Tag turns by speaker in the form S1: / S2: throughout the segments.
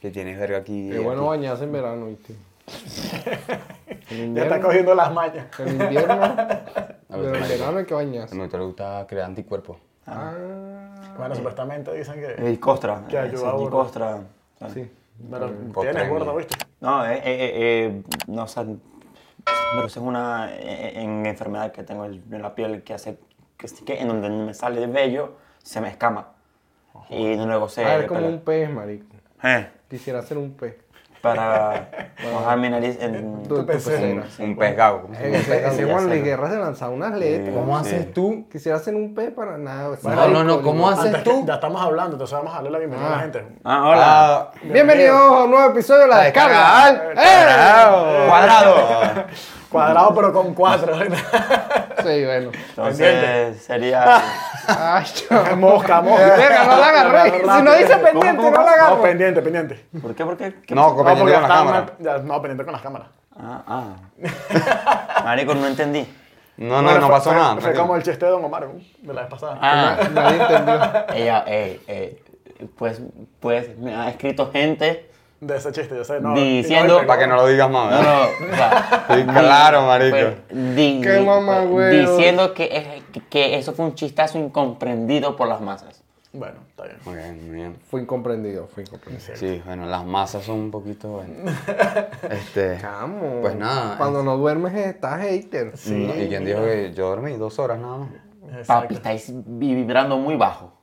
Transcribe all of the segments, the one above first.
S1: que tienes verga aquí.
S2: Qué Eh, bueno bañarse en verano, ¿viste? En
S3: Ya
S2: invierno,
S3: está cogiendo las mallas.
S2: en invierno,
S1: A
S2: pero en
S1: veces-
S2: verano hay que
S1: A
S2: bañarse.
S1: mí te gusta crear anticuerpos.
S2: Ah,
S3: Bueno, supuestamente dicen que.
S4: Y costra.
S3: Que ayuda
S4: ese
S3: a
S4: es mi
S3: borrar.
S4: costra. Claro.
S2: Ah, sí.
S3: Pero
S1: Contra
S3: tienes
S1: mí.
S3: gordo, ¿viste?
S4: No, eh, eh, eh, eh, no, o sea, pero eso es una eh, en enfermedad que tengo en la piel que hace que, que en donde me sale vello se me escama. Y luego se
S2: A ver, Ah, como
S4: pela.
S2: un pez, marico.
S4: Eh,
S2: Quisiera ser un pez.
S4: para mojar mi nariz en
S2: Tu, tu pecera.
S1: Un
S4: pues.
S1: pez gago. como se
S2: Eh,
S1: llama.
S2: se- se- Juan
S4: sé.
S2: Luis Guerra se lanzaba unas letras.
S1: ¿Cómo
S2: Sí.
S1: haces
S2: tú? Quisiera ser un pez para nada.
S1: No, no, no, ¿cómo
S2: haces?
S1: haces
S3: Antes que-
S1: tú?
S3: ya estamos hablando, entonces vamos a darle la bienvenida a la
S2: Ah.
S3: gente.
S4: Ah, hola.
S2: Bienvenidos a un nuevo episodio de La Descarga.
S1: Descarga,
S2: ¡Eh!
S4: Cuadrado.
S3: Cuadrado, pero con cuatro.
S2: Sí, bueno.
S4: Entonces sería
S2: Ay, yo-
S3: mosca, mosca.
S2: Verga, no la agarré. Si no dice pendiente, no la
S3: No,
S2: agarro.
S3: pendiente, pendiente.
S4: ¿Por qué? ¿Por qué? ¿Qué-
S1: No,
S3: No,
S1: copiando
S3: porque
S1: con la
S3: estaba
S1: cámara.
S3: mal- ya, no, pendiente con las cámaras.
S4: Ah, ah. Marico, no entendí.
S1: No, no, no
S3: fue-
S1: pasó
S3: fue-
S1: nada.
S3: Fue
S1: tranquilo.
S3: como el chiste de Don Omar ¿no? de la vez pasada.
S4: Ah.
S2: Nadie entendió.
S4: Ella, eh, eh, pues, pues, me ha escrito gente.
S3: De ese chiste, yo sé. No,
S4: Diciendo-
S3: y no, y pegó.
S1: Para que no lo digas más,
S4: No,
S1: ¿verdad?
S4: no, o sea,
S1: Sí, claro, marico.
S4: pues, di-
S2: Qué
S4: di-
S2: mamagüevo.
S4: Diciendo que, es- que eso fue un chistazo incomprendido por las masas.
S3: Bueno, está bien.
S1: Ok, muy bien.
S2: Fue incomprendido, fue incomprendido.
S1: Sí, bueno, las masas son un poquito. bueno, este.
S2: Chamo.
S1: Pues nada.
S2: Cuando no duermes estás
S1: No,
S2: hater.
S1: mm, ¿Y quién dijo que yo dormí dos horas nada más?
S4: Papi, estáis vi- vibrando muy bajo.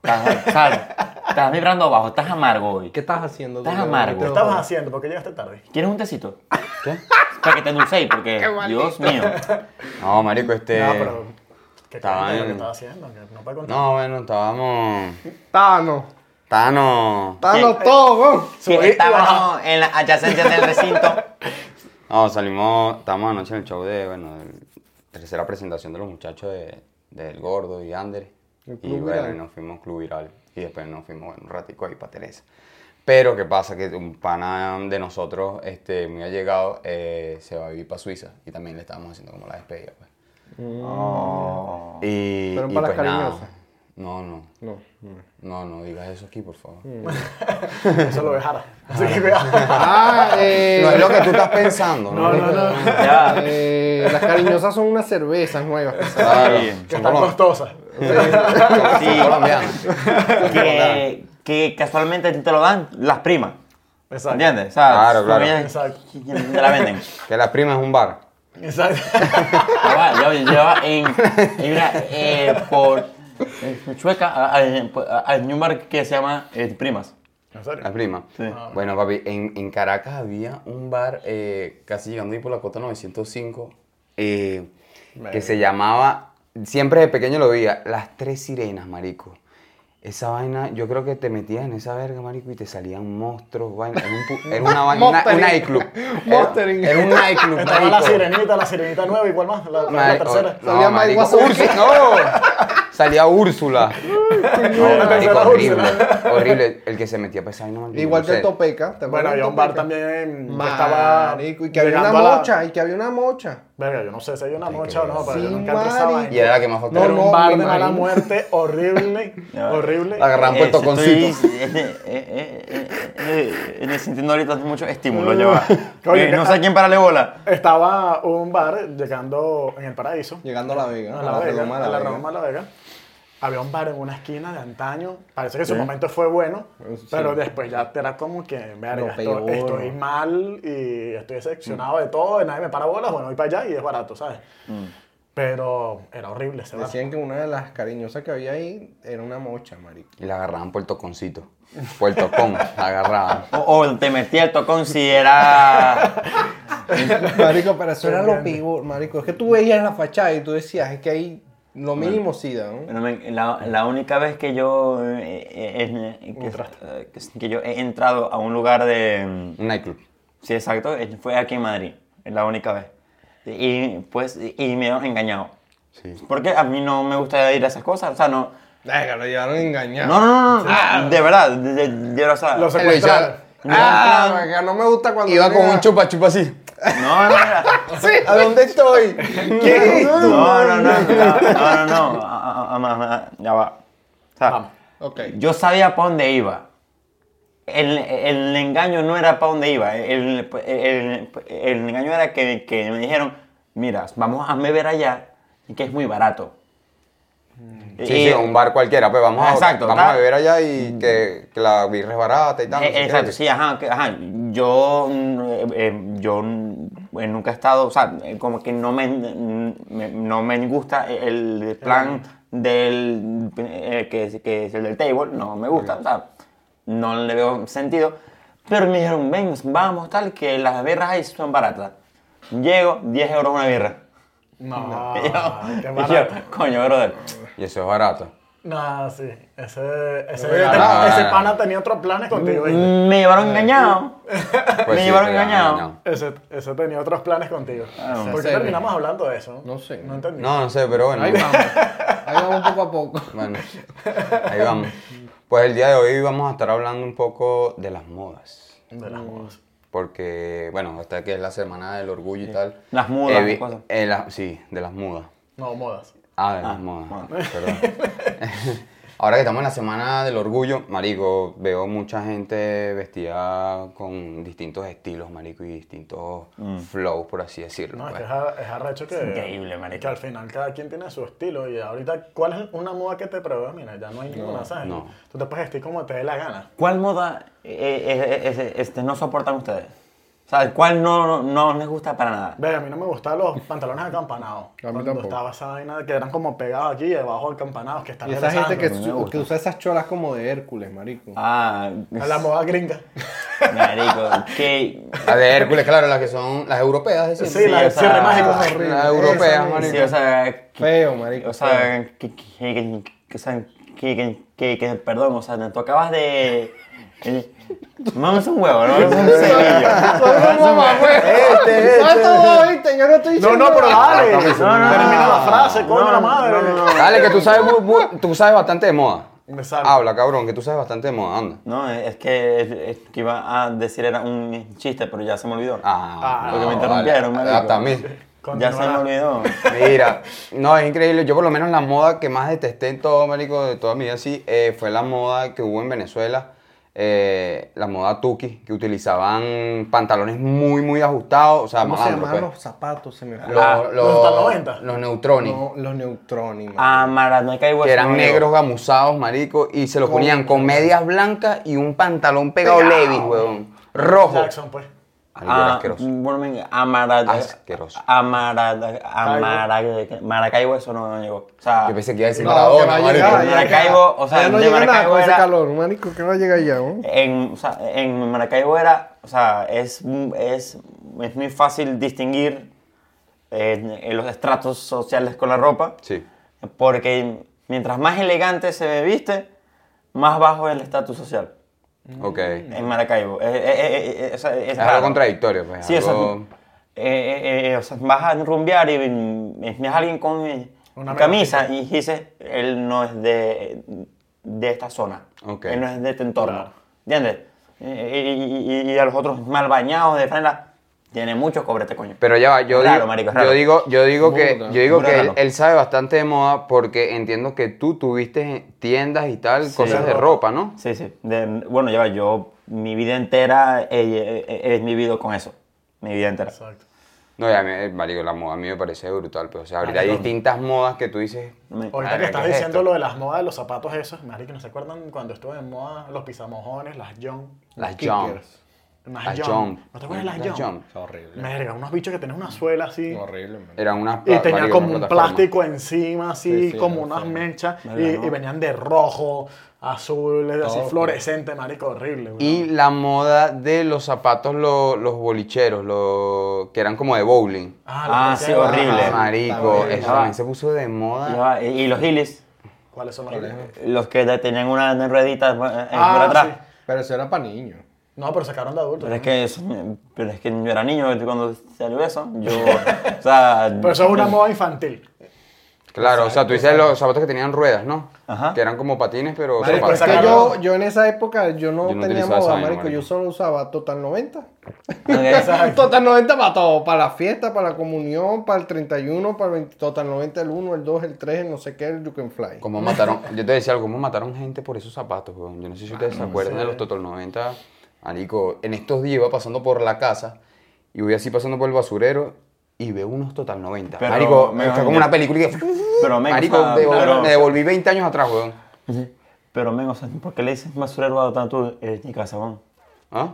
S4: Estás, ¿sabes? estás vibrando bajo, estás amargo hoy.
S2: ¿Qué estás haciendo?
S4: Estás
S2: tú,
S4: amargo.
S3: ¿Qué
S2: Leonardo?
S3: estabas haciendo? ¿Por qué llegaste tarde?
S4: ¿Quieres un tecito?
S1: ¿Qué?
S4: Para que te endulcéis, porque, Dios mío.
S1: No, marico, este.
S3: No, pero. ¿Qué
S1: está
S3: cuenta lo que
S1: bien.
S3: estaba haciendo? Que no puede contar.
S1: No, bueno, estábamos.
S2: Tano.
S1: Tano.
S2: Tano todo, weón.
S3: Subí
S4: Que
S3: y
S4: estábamos en las adyacencias del recinto.
S1: No, salimos. Estábamos anoche en el show de, bueno, el- tercera presentación de los muchachos de, del Gordo y Ander.
S2: El Club
S1: Y bueno,
S2: Viral.
S1: y nos fuimos Club Viral. Y después nos fuimos bueno, un ratico ahí para Teresa. Pero, ¿qué pasa? Que un pana de nosotros, este, muy allegado, eh, se va a vivir para Suiza. Y también le estábamos haciendo como la despedida, pues. Y,
S2: Fueron
S1: y
S2: palas
S1: pues nada.
S2: cariñosas. Mm.
S1: No, no.
S2: No. no.
S1: No, no digas eso aquí, por favor.
S2: Mm.
S3: Eso lo dejara. Así que cuidado.
S2: Ah, eh.
S1: No es lo que tú estás pensando, ¿no?
S3: No, no, no.
S4: Ya.
S2: eh, las cariñosas son unas cervezas nuevas. que
S1: Claro,
S2: salen.
S4: Sí.
S3: Que
S1: son
S3: están
S1: colom-
S3: costosas.
S1: son colombianos.
S3: Pues
S4: Que, que casualmente a ti te lo dan las primas.
S3: Exacto.
S4: ¿Entiendes? O sea,
S1: Claro,
S4: tú
S1: claro.
S4: vienes-
S3: Exacto.
S4: Te la venden. Ah,
S1: Que la prima es un bar.
S3: Exacto.
S4: Ya va, ya va, ya va en, en una, eh, por eh, Chueca a- a- a- al New Market que se llama eh, Primas.
S3: ¿En
S1: La
S3: serio?
S1: prima. Bueno, papi, en, en Caracas había un bar eh, casi llegando ahí por la cota 905 eh, que se llamaba, siempre de pequeño lo veía, Las Tres Sirenas, marico. Esa vaina, yo creo que te metías en esa verga, marico, y te salían monstruos, vaina. Era, un pu- era una vaina, una- un
S2: Monstering.
S1: nightclub.
S2: Monstering.
S1: Era, era un nightclub,
S3: Estaba la
S1: marico.
S3: sirenita, la sirenita nueva, igual más. La, la
S1: Marico,
S3: tercera.
S1: no,
S2: Salía Mike
S1: marico,
S2: Wazowski.
S1: Úrsula, no. Salía Úrsula. No, marico,
S3: Úrsula.
S1: horrible. Horrible. El que se metía para esa vaina, maldito,
S2: Igual
S1: no
S2: que
S1: sé.
S2: el Topeca. ¿te acuerdas
S3: Bueno,
S2: del
S3: había un bar
S2: Topeca?
S3: también que estaba.
S2: Marico, y que había una
S3: llegando a la-
S2: mocha, y que había una mocha.
S3: Verga, yo no sé si hay una mocha o no, pero yo
S2: Sí,
S3: nunca entré esa
S2: marico.
S3: vaina.
S1: Y era la que más
S2: No,
S1: facturaba.
S3: Era un bar de mala
S2: marico.
S3: muerte horrible,
S4: Ya.
S3: horrible.
S1: La agarraban por el toconcito.
S4: estoy, eh, eh, eh, eh, eh, eh, sintiendo ahorita mucho estímulo. ya va.
S3: Oye, ah.
S4: Eh, no sé a quién pararle bola.
S3: Estaba un bar llegando en el paraíso,
S2: Llegando a La Vega.
S3: a la, Vega,
S2: redoma de
S3: a la
S2: Vega.
S3: Roma de la Vega. Había un bar en una esquina de antaño. Parece que en su momento fue bueno,
S2: Pues, sí.
S3: pero después ya era como que, verga,
S2: Lo
S3: esto-
S2: peor.
S3: estoy mal y estoy
S2: Mm.
S3: decepcionado de todo, y nadie me para bolas, bueno, voy para allá y es barato, ¿sabes? Pero era horrible ese bar.
S2: Decían que una Mm. de las cariñosas que había ahí era una mocha, marico.
S1: Y la agarraban por el toconcito. Por el tocón. La agarraban.
S4: O, o te metí el tocón si era.
S2: Marico, pero eso era lo peor, marico. Es que tú veías la fachada y tú decías, es que ahí lo mínimo sida, ¿no?
S4: Bueno, men, la, la única vez que yo. eh, eh, eh, que, eh, que- que yo he entrado a un lugar de. mm,
S1: Un nightclub.
S4: Sí, exacto. eh, Fue aquí en Madrid. Es la única vez. Y pues, y y me han engañado.
S1: Sí.
S4: Porque a mí no me gusta ir a esas cosas. O sea, no.
S2: Venga, lo llevaron engañado.
S4: No, no, no, no. De verdad. De, de- de verdad, o sea,
S3: Los
S1: Él lo hizo-
S3: secuestraron.
S2: Ah, venga, no me gusta cuando.
S1: Iba con
S2: llega-
S1: un chupa chupa así.
S4: No, no, no.
S1: ¿A dónde estoy? ¿Qué?
S4: No, no, no. No, no, no. no. A- a- a- a- a- Ya va. O sea,
S3: Vamos.
S2: Ok.
S4: yo sabía para dónde iba. el, el engaño no era para dónde iba. El, el- el engaño era que, que me dijeron, mira, vamos a me ver allá, y que es muy barato.
S1: Sí, sí, un bar cualquiera, pues vamos, a,
S4: Ah, Exacto,
S1: vamos
S4: tal.
S1: a beber allá y que, que la birra es barata y tal. no
S4: Eh,
S1: sé qué.
S4: exacto, sí, ajá, que- ajá. Yo, mm, eh, eh, yo mm, eh, nunca he estado, o sea, eh, como que no me, mm, me- no me gusta el el plan del, eh, que, es- que es el del table, no me gusta, o sea, no le veo sentido. Pero me dijeron, ven, vamos, tal, que las birras ahí son baratas. Llego, 10 euros una birra.
S3: No,
S4: Y yo,
S3: Ah, qué
S4: y
S3: barato.
S4: yo, coño, brother.
S1: Y eso es barato.
S3: No, sí. Ese, ese,
S2: Mira.
S3: tenía- ese pana tenía otros planes contigo, ¿viste?
S4: Mm, Me llevaron engañado.
S1: Pues
S4: me
S1: sí,
S4: llevaron
S1: te dan
S4: engañado.
S1: engañado.
S3: Ese, ese tenía otros planes contigo.
S4: Ah,
S3: ¿Por qué
S2: sí.
S3: terminamos hablando de eso?
S2: No sé.
S3: No entendí.
S1: No, no sé, pero bueno.
S2: Ahí vamos. Ahí vamos poco a poco.
S1: Bueno, ahí vamos. Pues el día de hoy vamos a estar hablando un poco de las modas.
S3: De las modas.
S1: Porque, bueno, hasta que es la semana del orgullo y tal.
S4: Las mudas,
S1: Evi-
S4: cosas.
S1: eh, la- sí, de las mudas.
S3: No, modas.
S1: Ah, de las modas. Perdón. Ahora que estamos en la semana del orgullo, marico, veo mucha gente vestida con distintos estilos, marico, y distintos
S4: Mm.
S1: flows, por así decirlo.
S3: No, es
S1: pues.
S3: que es, a- es arrecho que.
S4: increíble, marico.
S3: Que al final cada quien tiene su estilo. Y ahorita, ¿cuál es una moda que te predomina? Ya no hay ninguna, ¿sabes?
S1: no.
S3: Tú te puedes vestir como te dé la gana.
S4: ¿Cuál moda eh, eh, eh, eh, este, no soportan ustedes? O sea, ¿cuál no, no, no les gusta para nada?
S3: Ve, a mí no me gustaban los pantalones acampanados. Cuando
S2: tampoco.
S3: estaba esa vaina que eran como pegados aquí y debajo acampanados que están
S2: Y esa gente que,
S3: regresando.
S4: me
S2: su-
S4: gusta.
S2: que usa esas cholas como de Hércules, marico.
S4: Ah,
S3: A la moda gringa.
S4: marico, que...
S1: Las de Hércules, claro, las que son las europeas,
S3: Sí,
S1: decimos.
S4: Sí,
S3: la
S4: o
S3: del
S4: sea,
S3: cierre mágico.
S4: ah,
S3: es horrible.
S1: las europeas,
S3: Esa-
S1: marico.
S4: Sí, o sea, que-
S2: Feo, marico.
S4: o sea, que, que, que, que- o sea, que- que- que- que- perdón, o sea, tú acabas de... eh, Mames un huevo, ¿no? Es un cerillo.
S3: Este, este.
S2: Yo no estoy
S3: No, no, pero ah, dale.
S1: No, no, no.
S3: Termina la frase, coño, la madre.
S1: Dale, que tú sabes, mu- mu- tú sabes bastante de moda.
S3: Me salgo.
S1: Habla, cabrón, que tú sabes bastante de moda, anda.
S4: No, es que, es que iba a decir era un chiste, pero ya se me olvidó.
S1: Ah,
S4: porque
S1: no,
S4: me interrumpieron,
S1: vale.
S4: marico.
S1: Hasta a mí.
S4: ya se me
S3: Continuará.
S4: olvidó.
S1: Mira, no, es increíble. Yo por lo menos la moda que más detesté en todo, marico, de toda mi vida, sí, eh, fue la moda que hubo en Venezuela. eh, la moda tuki, que utilizaban pantalones muy, muy ajustados. O sea,
S2: ¿Cómo se
S1: malandro,
S2: llamaban
S1: pues.
S2: los zapatos? Se me fue.
S1: Los,
S4: Ah,
S1: los-
S3: ¿los hasta 90?
S1: los neutronis.
S2: No, los neutrones,
S4: Ah, Maracaibo.
S1: Que
S4: eso
S1: eran
S4: no me
S1: negros gamuzados, marico, y se los ponían con medias blancas y un pantalón pegado Levi's, weón. Rojo.
S3: Jackson, pues.
S1: Marico, era
S4: Ah,
S1: asqueroso.
S4: bueno, me- a Mara-
S1: Asqueroso.
S4: a Mara- a Mara- Maracaibo eso no me llegó. O sea,
S1: Yo pensé que iba a decir
S2: No, que va
S1: Maradona,
S2: a
S1: marico.
S2: llegar, ya
S4: Maracaibo,
S2: acá.
S4: o sea,
S2: Ya no
S4: de
S2: llega nada
S4: Maracaibo
S2: con ese
S4: era-
S2: calor, marico, que no llega allá, ¿no?
S4: en, o sea, en Maracaibo era, o sea, es, es, es muy fácil distinguir eh, en los estratos sociales con la ropa.
S1: Sí.
S4: Porque mientras más elegante se me viste, más bajo es el estatus social.
S1: Ok.
S4: En Maracaibo. Eh, eh, eh, eh, o sea, es
S1: Es
S4: raro.
S1: algo contradictorio, pues.
S4: Sí, o sea,
S1: algo-
S4: eh, eh, eh, o sea, vas a rumbear y mm, ves a alguien con eh,
S3: Una
S4: camisa y dices, él no es de, de esta zona,
S1: Ok.
S4: él no es de este entorno,
S3: Claro.
S4: ¿entiendes? Eh, Y, y- y a los otros mal bañados de franela, tiene mucho cobrete, coño.
S1: Pero ya va, yo
S4: Raro,
S1: digo,
S4: marico,
S1: yo
S4: raro.
S1: digo, yo digo que,
S2: Burda.
S1: yo digo
S4: Burda
S1: que él,
S4: raro.
S1: él sabe bastante de moda porque entiendo que tú tuviste tiendas y tal, cosas de ropa, ¿no?
S4: Sí, sí. De- bueno, ya va, yo mi vida entera he, he- he vivido con eso, mi vida entera.
S3: Exacto.
S1: No, ya, me- eh, marico, la moda a mí me parece brutal, pero o sea, ahorita hay
S4: Marico.
S1: distintas modas que tú dices.
S4: Me-
S3: Ahorita
S1: Verga,
S3: que
S1: ¿qué
S3: estás
S1: es
S3: diciendo
S1: esto?
S3: lo de las modas de los zapatos esos, marico, ¿no se acuerdan cuando estuvo en moda los pisamojones, las John?
S1: Las jump.
S2: Kickers.
S3: Unas
S1: Las
S3: John.
S1: jump.
S3: ¿No te acuerdas de las
S1: Las
S3: John?
S1: jump.
S2: Horrible.
S3: Verga, unos bichos que tenían una suela así.
S2: Horrible, man.
S1: Eran unas
S3: Y
S1: pla-
S3: tenía
S1: marico,
S3: como
S1: unas
S3: un
S1: plataformas.
S3: plástico encima, así,
S2: Sí, sí,
S3: como
S2: no
S3: unas
S2: sé.
S3: mechas, y,
S4: Verga, ¿no?
S3: y venían de rojo, azul, así
S2: Todo.
S3: fluorescente, marico, horrible. weón.
S1: Y la moda de los zapatos, lo- los bolicheros, lo- que eran como de bowling.
S4: Ah,
S3: los
S4: sí,
S3: que-
S4: horrible.
S3: Ah,
S1: Marico,
S4: horrible.
S1: eso también se puso de moda.
S4: Ya va, y- y los giles.
S3: ¿Cuáles son los horribles?
S4: Los que te- tenían una ruedita eh,
S3: Ah,
S4: por atrás.
S3: sí.
S2: Pero eso era para niños.
S3: No, pero sacaron de adultos.
S4: Pero es que eso- pero es que yo era niño cuando salió eso. Yo, o sea,
S3: Pero eso es una moda infantil.
S1: Claro, o sea, tú dices los zapatos que tenían ruedas, ¿no?
S4: Ajá.
S1: Que eran como patines, pero
S3: Marico,
S2: Marico,
S1: zapatos.
S2: es que
S3: sacaron-
S2: yo, yo en esa época yo no,
S1: Yo no
S2: tenía
S1: utilizaba
S2: moda,
S1: esa
S2: marico,
S1: vaina,
S2: Yo
S1: marico.
S2: solo usaba Total 90.
S4: Ok.
S2: Total 90 para todo. Para la fiesta, para la comunión, para el 31, para el 20. Total 90, el 1, el 2, el 3, el no sé qué, el You Can Fly.
S1: ¿Cómo mataron? Yo te decía algo, ¿cómo mataron gente por esos zapatos, weón? Yo no sé si
S4: Ah,
S1: ustedes se acuerdan de los Total 90. Marico, en estos días iba pasando por la casa y voy así pasando por el basurero y veo unos Total 90.
S4: Pero,
S1: Marico, me
S4: mejor
S1: fue como
S4: ya-
S1: una película y que...
S4: Pero men,
S1: Marico,
S4: o sea,
S1: devol-
S4: pero-
S1: me devolví 20 años atrás, weón.
S4: Pero men, o sea, ¿por qué le dices basurero a tanto eh, ni casabón?
S1: ¿Ah?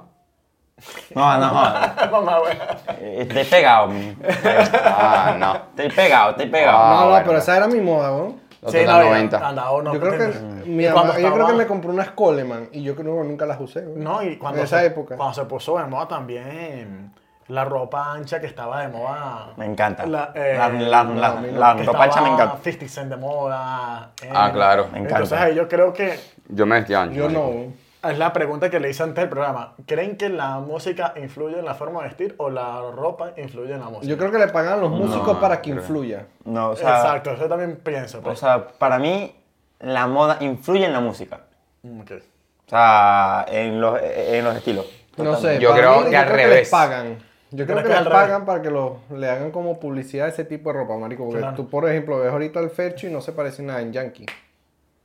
S4: No, no, no.
S3: Mamá, güey.
S4: Eh, Estoy pegado, men.
S1: Ah, no.
S4: Estoy pegado, estoy pegado.
S1: Ah,
S2: no, no,
S1: bueno.
S2: pero esa era mi moda, ¿no?
S1: Los
S3: Sí,
S1: Total
S3: no,
S1: 90.
S3: Andaba uno.
S2: yo creo que,
S3: tiene-
S1: Mm.
S3: Mm.
S2: mi
S3: y cuando
S2: mamá- yo creo
S3: estaba-
S2: que me compré unas Coleman y yo creo que nunca las usé. ¿no?
S3: No, y cuando
S2: en esa
S3: se,
S2: época.
S3: Cuando se puso de moda también la ropa ancha que estaba de moda.
S4: Me encanta.
S3: La, eh,
S4: la, la, la,
S3: que
S4: la ropa ancha
S3: estaba
S4: me encanta.
S3: 50 Cent de moda. eh.
S1: Ah, claro.
S4: Me encanta.
S3: Entonces ahí yo creo que
S1: Yo me vestía ancho.
S2: Yo
S1: marico.
S2: no.
S3: es la pregunta que le hice antes del programa. ¿Creen que la música influye en la forma de vestir o la ropa influye en la música?
S2: Yo creo que le pagan a los músicos
S1: No,
S2: para que
S1: creo.
S2: influya.
S4: No, o sea,
S3: Exacto, eso también pienso.
S4: o
S3: pues.
S4: sea, para mí la moda influye en la música.
S3: Mm, Ok.
S4: O sea, en los, en los estilos.
S2: No sé.
S1: Yo
S2: para
S1: creo
S2: mí-
S1: que
S2: yo
S1: al
S2: Que les
S1: revés.
S2: pagan. Yo creo
S3: creo
S2: que
S3: que
S2: les
S3: al revés.
S2: pagan para que lo, le hagan como publicidad a ese tipo de ropa, marico. Porque
S3: Claro.
S2: tú, por ejemplo, ves ahorita el Fercho y no se parece nada en Yankee.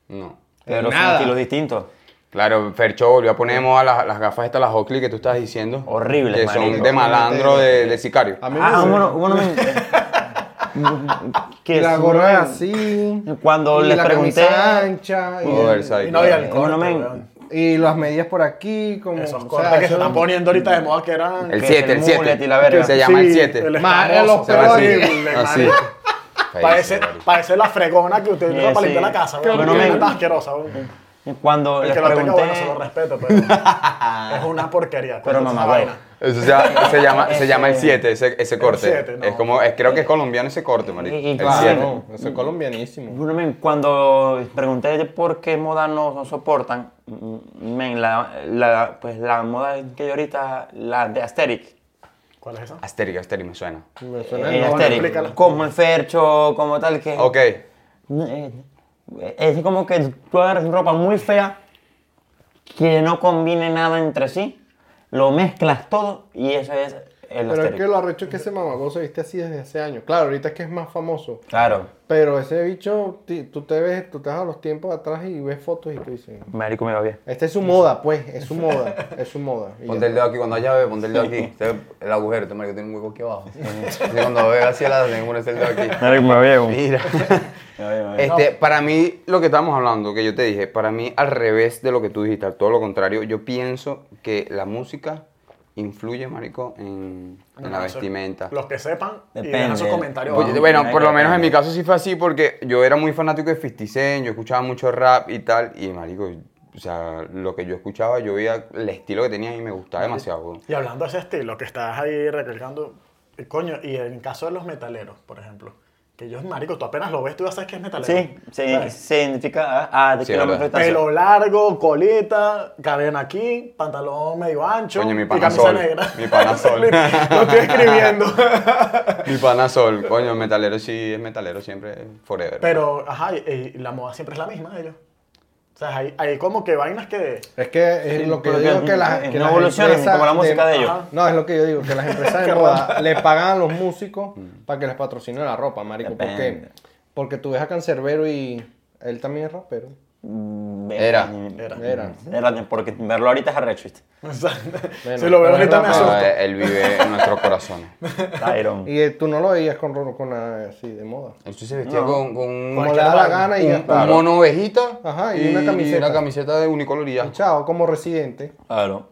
S1: No.
S4: Pero son
S2: Nada.
S4: estilos distintos.
S1: Claro, Fercho volvió a poner de moda las, las gafas estas, las Oakley que tú estás diciendo.
S4: Horribles,
S1: Que son
S4: marico.
S1: de malandro, de, de sicario.
S2: A mí
S4: Ah,
S2: me
S4: bueno, bueno, me- que
S2: y la
S4: es-
S2: gorra es así.
S4: Cuando
S2: y
S4: les
S2: la
S4: pregunté-
S2: camisa ancha. Y,
S1: Oversize,
S3: Y no había
S1: claro.
S3: el
S4: Eh, bueno,
S3: corte,
S4: men,
S3: weón.
S2: y las medidas por aquí. Como,
S3: Esos
S2: o sea,
S3: cortes que se
S2: eso-
S3: están poniendo ahorita de moda que eran...
S1: El
S4: que
S1: 7, el
S4: es el mullet
S1: 7.
S4: y la verga.
S1: Se llama el Ah,
S3: Sí,
S1: 7.
S3: el
S2: Ma-
S3: escamoso,
S2: los
S1: Se llama así.
S2: horrible,
S1: Así.
S3: marico.
S1: Feísimo,
S3: Parece,
S1: marico.
S3: parece la fregona que usted
S4: Sí,
S3: usa para limpiar
S4: sí.
S3: la casa.
S4: Pero
S3: Pero no
S4: no me-
S3: es tan asquerosa. weón.
S4: Cuando
S3: El
S4: les
S3: que lo tenga bueno,
S4: pregunté...
S3: se lo respeto, pero es una porquería.
S4: Pero
S3: Esa
S4: mamá,
S3: vaina.
S4: güey.
S1: Eso se llama, se llama, se llama el
S4: Ese-
S1: 7, ese, ese corte.
S3: siete, no.
S1: Es como, es- creo que es colombiano ese corte, marico.
S4: Y- y
S1: El
S4: claro.
S1: 7.
S2: No, eso es colombianísimo.
S4: Bueno, men, cuando pregunté por qué moda no, no soportan, mm, men, la, la- pues la moda que hay ahorita, la de Asterix.
S3: ¿Cuál es esa?
S1: Asterix, Asterix me suena.
S2: Me suena
S4: Eh,
S2: el nombre.
S4: Asterix,
S3: explícala.
S4: como el Fercho, como tal, que...
S1: Ok.
S4: Eh, es como que tú agarras ropa muy fea que no combine nada entre sí, lo mezclas todo y eso es el
S2: Pero es
S4: Asterix.
S2: que lo arrecho es que ese mamagó se viste así desde hace años. Claro, ahorita es que es más famoso.
S4: Claro.
S2: Pero ese bicho, ti- tú te ves, tú te vas a los tiempos atrás y ves fotos y tú dices,
S4: Marico me va bien.
S2: esta es su moda, pues, es su moda, es su moda. Y
S1: Ponte
S2: ya.
S1: el dedo aquí, cuando haya bebé, ponte el dedo aquí. Usted ve El agujero, este marico tiene un hueco aquí abajo. Así cuando bebe así el lado, tiene que ponerse el dedo aquí.
S4: Marico me va bien.
S1: Mira. Este, para mí, lo que estábamos hablando, que yo te dije, para mí, al revés de lo que tú dijiste, al todo lo contrario, yo pienso que la música influye, marico, en, en la
S3: No, eso-
S1: vestimenta.
S3: Los que sepan y
S4: Depende.
S3: dejan sus comentarios.
S1: Pues,
S3: abajo.
S4: Oye,
S1: bueno,
S4: hay
S1: por
S4: que
S1: lo menos en
S4: aprender.
S1: mi caso sí fue así porque yo era muy fanático de 50 Cent, yo escuchaba mucho rap y tal, y marico, o sea, lo que yo escuchaba, yo veía el estilo que tenía y me gustaba demasiado. weón.
S3: Y hablando de ese estilo que estás ahí recalcando, eh, coño, y en caso de los metaleros, por ejemplo, que ellos, marico, tú apenas lo ves, tú ya sabes que es metalero.
S4: Sí, se,
S3: ¿Sabes?
S4: se identifica a, a de
S1: Sí,
S4: kilómetros de
S1: verdad.
S4: distancia.
S3: Pelo largo, colita, cadena aquí, pantalón medio ancho
S1: Coño, mi
S3: y
S1: pana
S3: camisa
S1: Sol,
S3: negra.
S1: mi pana Sol.
S3: lo estoy escribiendo.
S1: Mi pana Sol, coño, metalero sí, es metalero siempre, forever.
S3: Pero, ajá, y- y la moda siempre es la misma de ellos. O sea, hay, hay como que vainas que...
S2: Es que es
S4: Sí,
S2: lo que
S4: pero
S2: yo
S4: que
S2: digo que las,
S4: no
S2: que las
S4: evolucionan, como la música de ellos.
S2: Ajá. No, es lo que yo digo, que las empresas de moda le pagan a los músicos para que les patrocinen la ropa, marico. ¿Por qué?
S4: Mm. Depende.
S2: Porque tú ves a Cancerbero y él también es rapero.
S4: Mm,
S1: Era.
S3: Era.
S2: Era.
S4: Era, porque verlo ahorita es arrecho, ¿viste?
S3: O sea,
S2: Bueno,
S3: si lo veo
S2: pero
S3: ahorita
S2: es
S3: me
S2: raro.
S3: asusto.
S1: No, eh, él vive en nuestros corazones.
S4: Iron.
S2: Y eh, tú no lo veías con, ro- con nada así de moda.
S1: Él sí se vestía con, con un,
S2: Como le da la
S1: un-
S2: gana y ya
S1: un,
S2: está.
S1: mono ovejita
S2: Ajá, y una camiseta.
S1: una camiseta de unicolor y ya.
S2: Chao, como residente.
S4: Claro.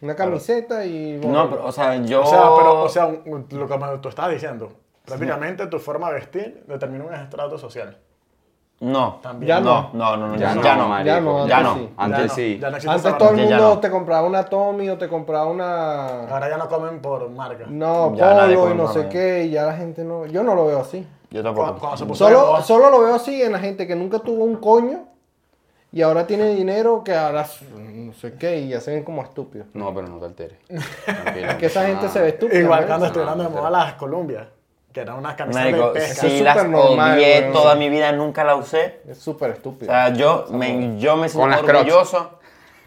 S2: Una camiseta y...
S4: No, pero, o sea, yo...
S3: O sea, pero, o sea, un- un- lo que tú estás diciendo, prácticamente tu forma de vestir determina un estrato social.
S4: No.
S3: También.
S2: Ya
S4: No, no, no, no, ya, ya no.
S1: marico,
S2: Ya
S1: ya
S2: no,
S4: antes
S1: no.
S4: sí.
S1: Antes
S3: no,
S1: sí.
S3: ya no existe
S2: Antes
S3: esa
S2: todo el
S3: vaina.
S4: Ya
S2: mundo
S4: no.
S2: te compraba una Tommy o te compraba una...
S3: Ahora ya no comen por marca.
S2: No,
S4: Ya nadie
S2: Polo y
S4: come
S2: no
S4: por
S2: sé
S4: marca.
S2: qué, y ya la gente no... Yo no lo veo así.
S4: Yo
S3: Cuando,
S4: tampoco.
S3: cuando se puso de
S2: Solo,
S3: moda,
S2: solo lo veo así en la gente que nunca tuvo un coño y ahora tiene dinero que ahora s- no sé qué y ya se ven como estúpidos.
S1: No, pero no te alteres. Tranquilo,
S2: Que esa
S1: no
S2: gente
S1: pasa
S2: se ve
S1: nada.
S2: estúpida.
S3: igual
S2: marico.
S3: cuando estoy hablando de moda las Colombia, que que eran unas camisas
S4: Marico,
S3: de pesca.
S4: sí,
S2: Es
S4: las
S2: supernormal,
S4: odié
S2: weón.
S4: toda mi vida, nunca la usé.
S2: Es súper
S4: O
S2: estúpido.
S4: sea, yo me, yo me siento
S1: las Crocs.
S4: orgulloso.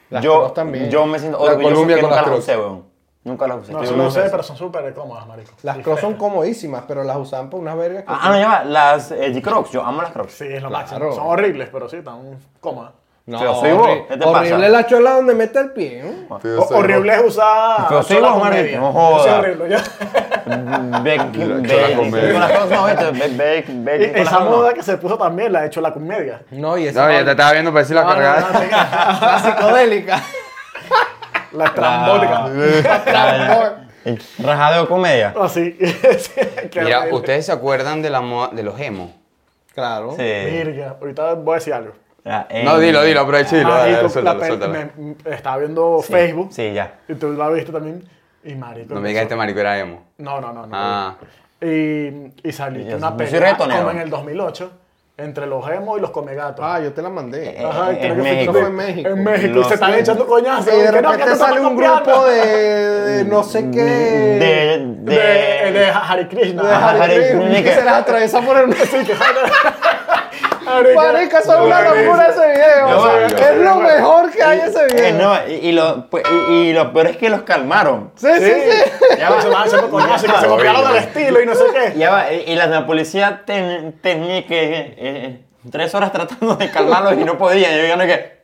S2: Las
S4: Yo,
S2: Crocs también.
S4: yo me siento
S1: La
S4: orgulloso
S1: Columbia
S4: que
S1: con
S4: nunca
S1: las
S4: las
S1: Crocs.
S4: usé, weón. Nunca las
S1: Este
S3: No, sí,
S4: usé. estoy
S3: no
S4: orgulloso
S3: sé,
S4: de eso.
S3: pero son súper cómodas, marico.
S2: Las
S3: Y
S2: crocs son
S3: frescas.
S2: comodísimas, pero las usaban para unas vergas. que-
S4: Ah, no, ya va. Las eh, Crocs, yo amo las Crocs.
S3: Sí, es lo
S2: Claro.
S3: máximo. Son horribles, pero sí, están cómodas.
S2: no,
S4: Pero soy vos, ¿qué te
S2: horrible
S4: pasa?
S2: la chola donde mete el pie. ¿eh?
S3: O- horrible es usar.
S4: Pero sí,
S3: cholas
S4: vos,
S3: con
S4: marico,
S3: media. Yo
S4: no
S3: soy
S4: jodas.
S3: horrible, yo.
S4: Ve, ve,
S1: chola con
S4: ve
S1: media.
S4: con las Crocs, no, vete, ve, ve, ve
S3: Y
S4: con las
S3: esa
S4: Crocs, no.
S3: moda que se puso también la ha hecho la comedia.
S2: No, y esa
S1: No, ya te estaba viendo para decir la cargada.
S2: la psicodélica.
S3: La
S4: Ah.
S3: estrambólica.
S4: Rajadeo comedia.
S3: Así. oh, Qué
S1: Mira,
S3: horrible.
S1: ¿ustedes se acuerdan de, la moda- de los emos?
S2: Claro.
S4: Sí.
S3: Virga, ahorita voy a decir algo. Ah,
S4: Ya, eh,
S1: No, dilo, dilo, aprovecha y dilo. dale,
S3: Marico,
S1: dale,
S3: la
S1: suéltalo,
S3: pe-
S1: suéltalo.
S3: me- me- estaba viendo Facebook
S4: Sí, ya.
S3: y tú la viste también. Y marico.
S1: No me digas que este marico era emo.
S3: No, no, no. no.
S1: Ah.
S3: Y, y salió
S4: Y yo
S3: una
S4: soy
S3: pelea
S4: reggaetonero.
S3: como en el 2008 entre los emos y los comegatos.
S2: Ah, yo te la mandé.
S4: Eh,
S3: Ajá,
S4: en
S3: creo que
S4: México.
S3: fue-
S2: Fue en México.
S3: En México. y
S4: Los-
S3: se están echando
S2: Y
S3: coñazos.
S2: de
S3: que no, que
S2: repente
S3: tú
S2: sale
S3: estás
S2: un
S3: copiando.
S2: grupo de, de no sé qué.
S4: Mm, De.
S3: De, de,
S4: De.
S3: Hare Krishna.
S2: de Hare
S4: Hare
S2: Krishna,
S4: Krishna.
S2: que se las atraviesa por el
S3: Sí, que Hare
S2: Marica, eso es una
S3: Buenísimo.
S2: locura ese
S4: No,
S2: video.
S4: marico.
S2: Es lo mejor que hay ese
S4: Eh,
S2: video.
S4: no, y, y lo, pues, y, y lo peor es que los calmaron.
S2: Sí, sí, sí.
S4: Ya va.
S3: Se van echando coñazos y que se
S1: Horrible.
S3: copiaron del estilo y no sé qué.
S4: Ya va, eh, y la, la policía ten- tenía que eh, eh, tres horas tratando de calmarlos y no podían. Yo ya no que.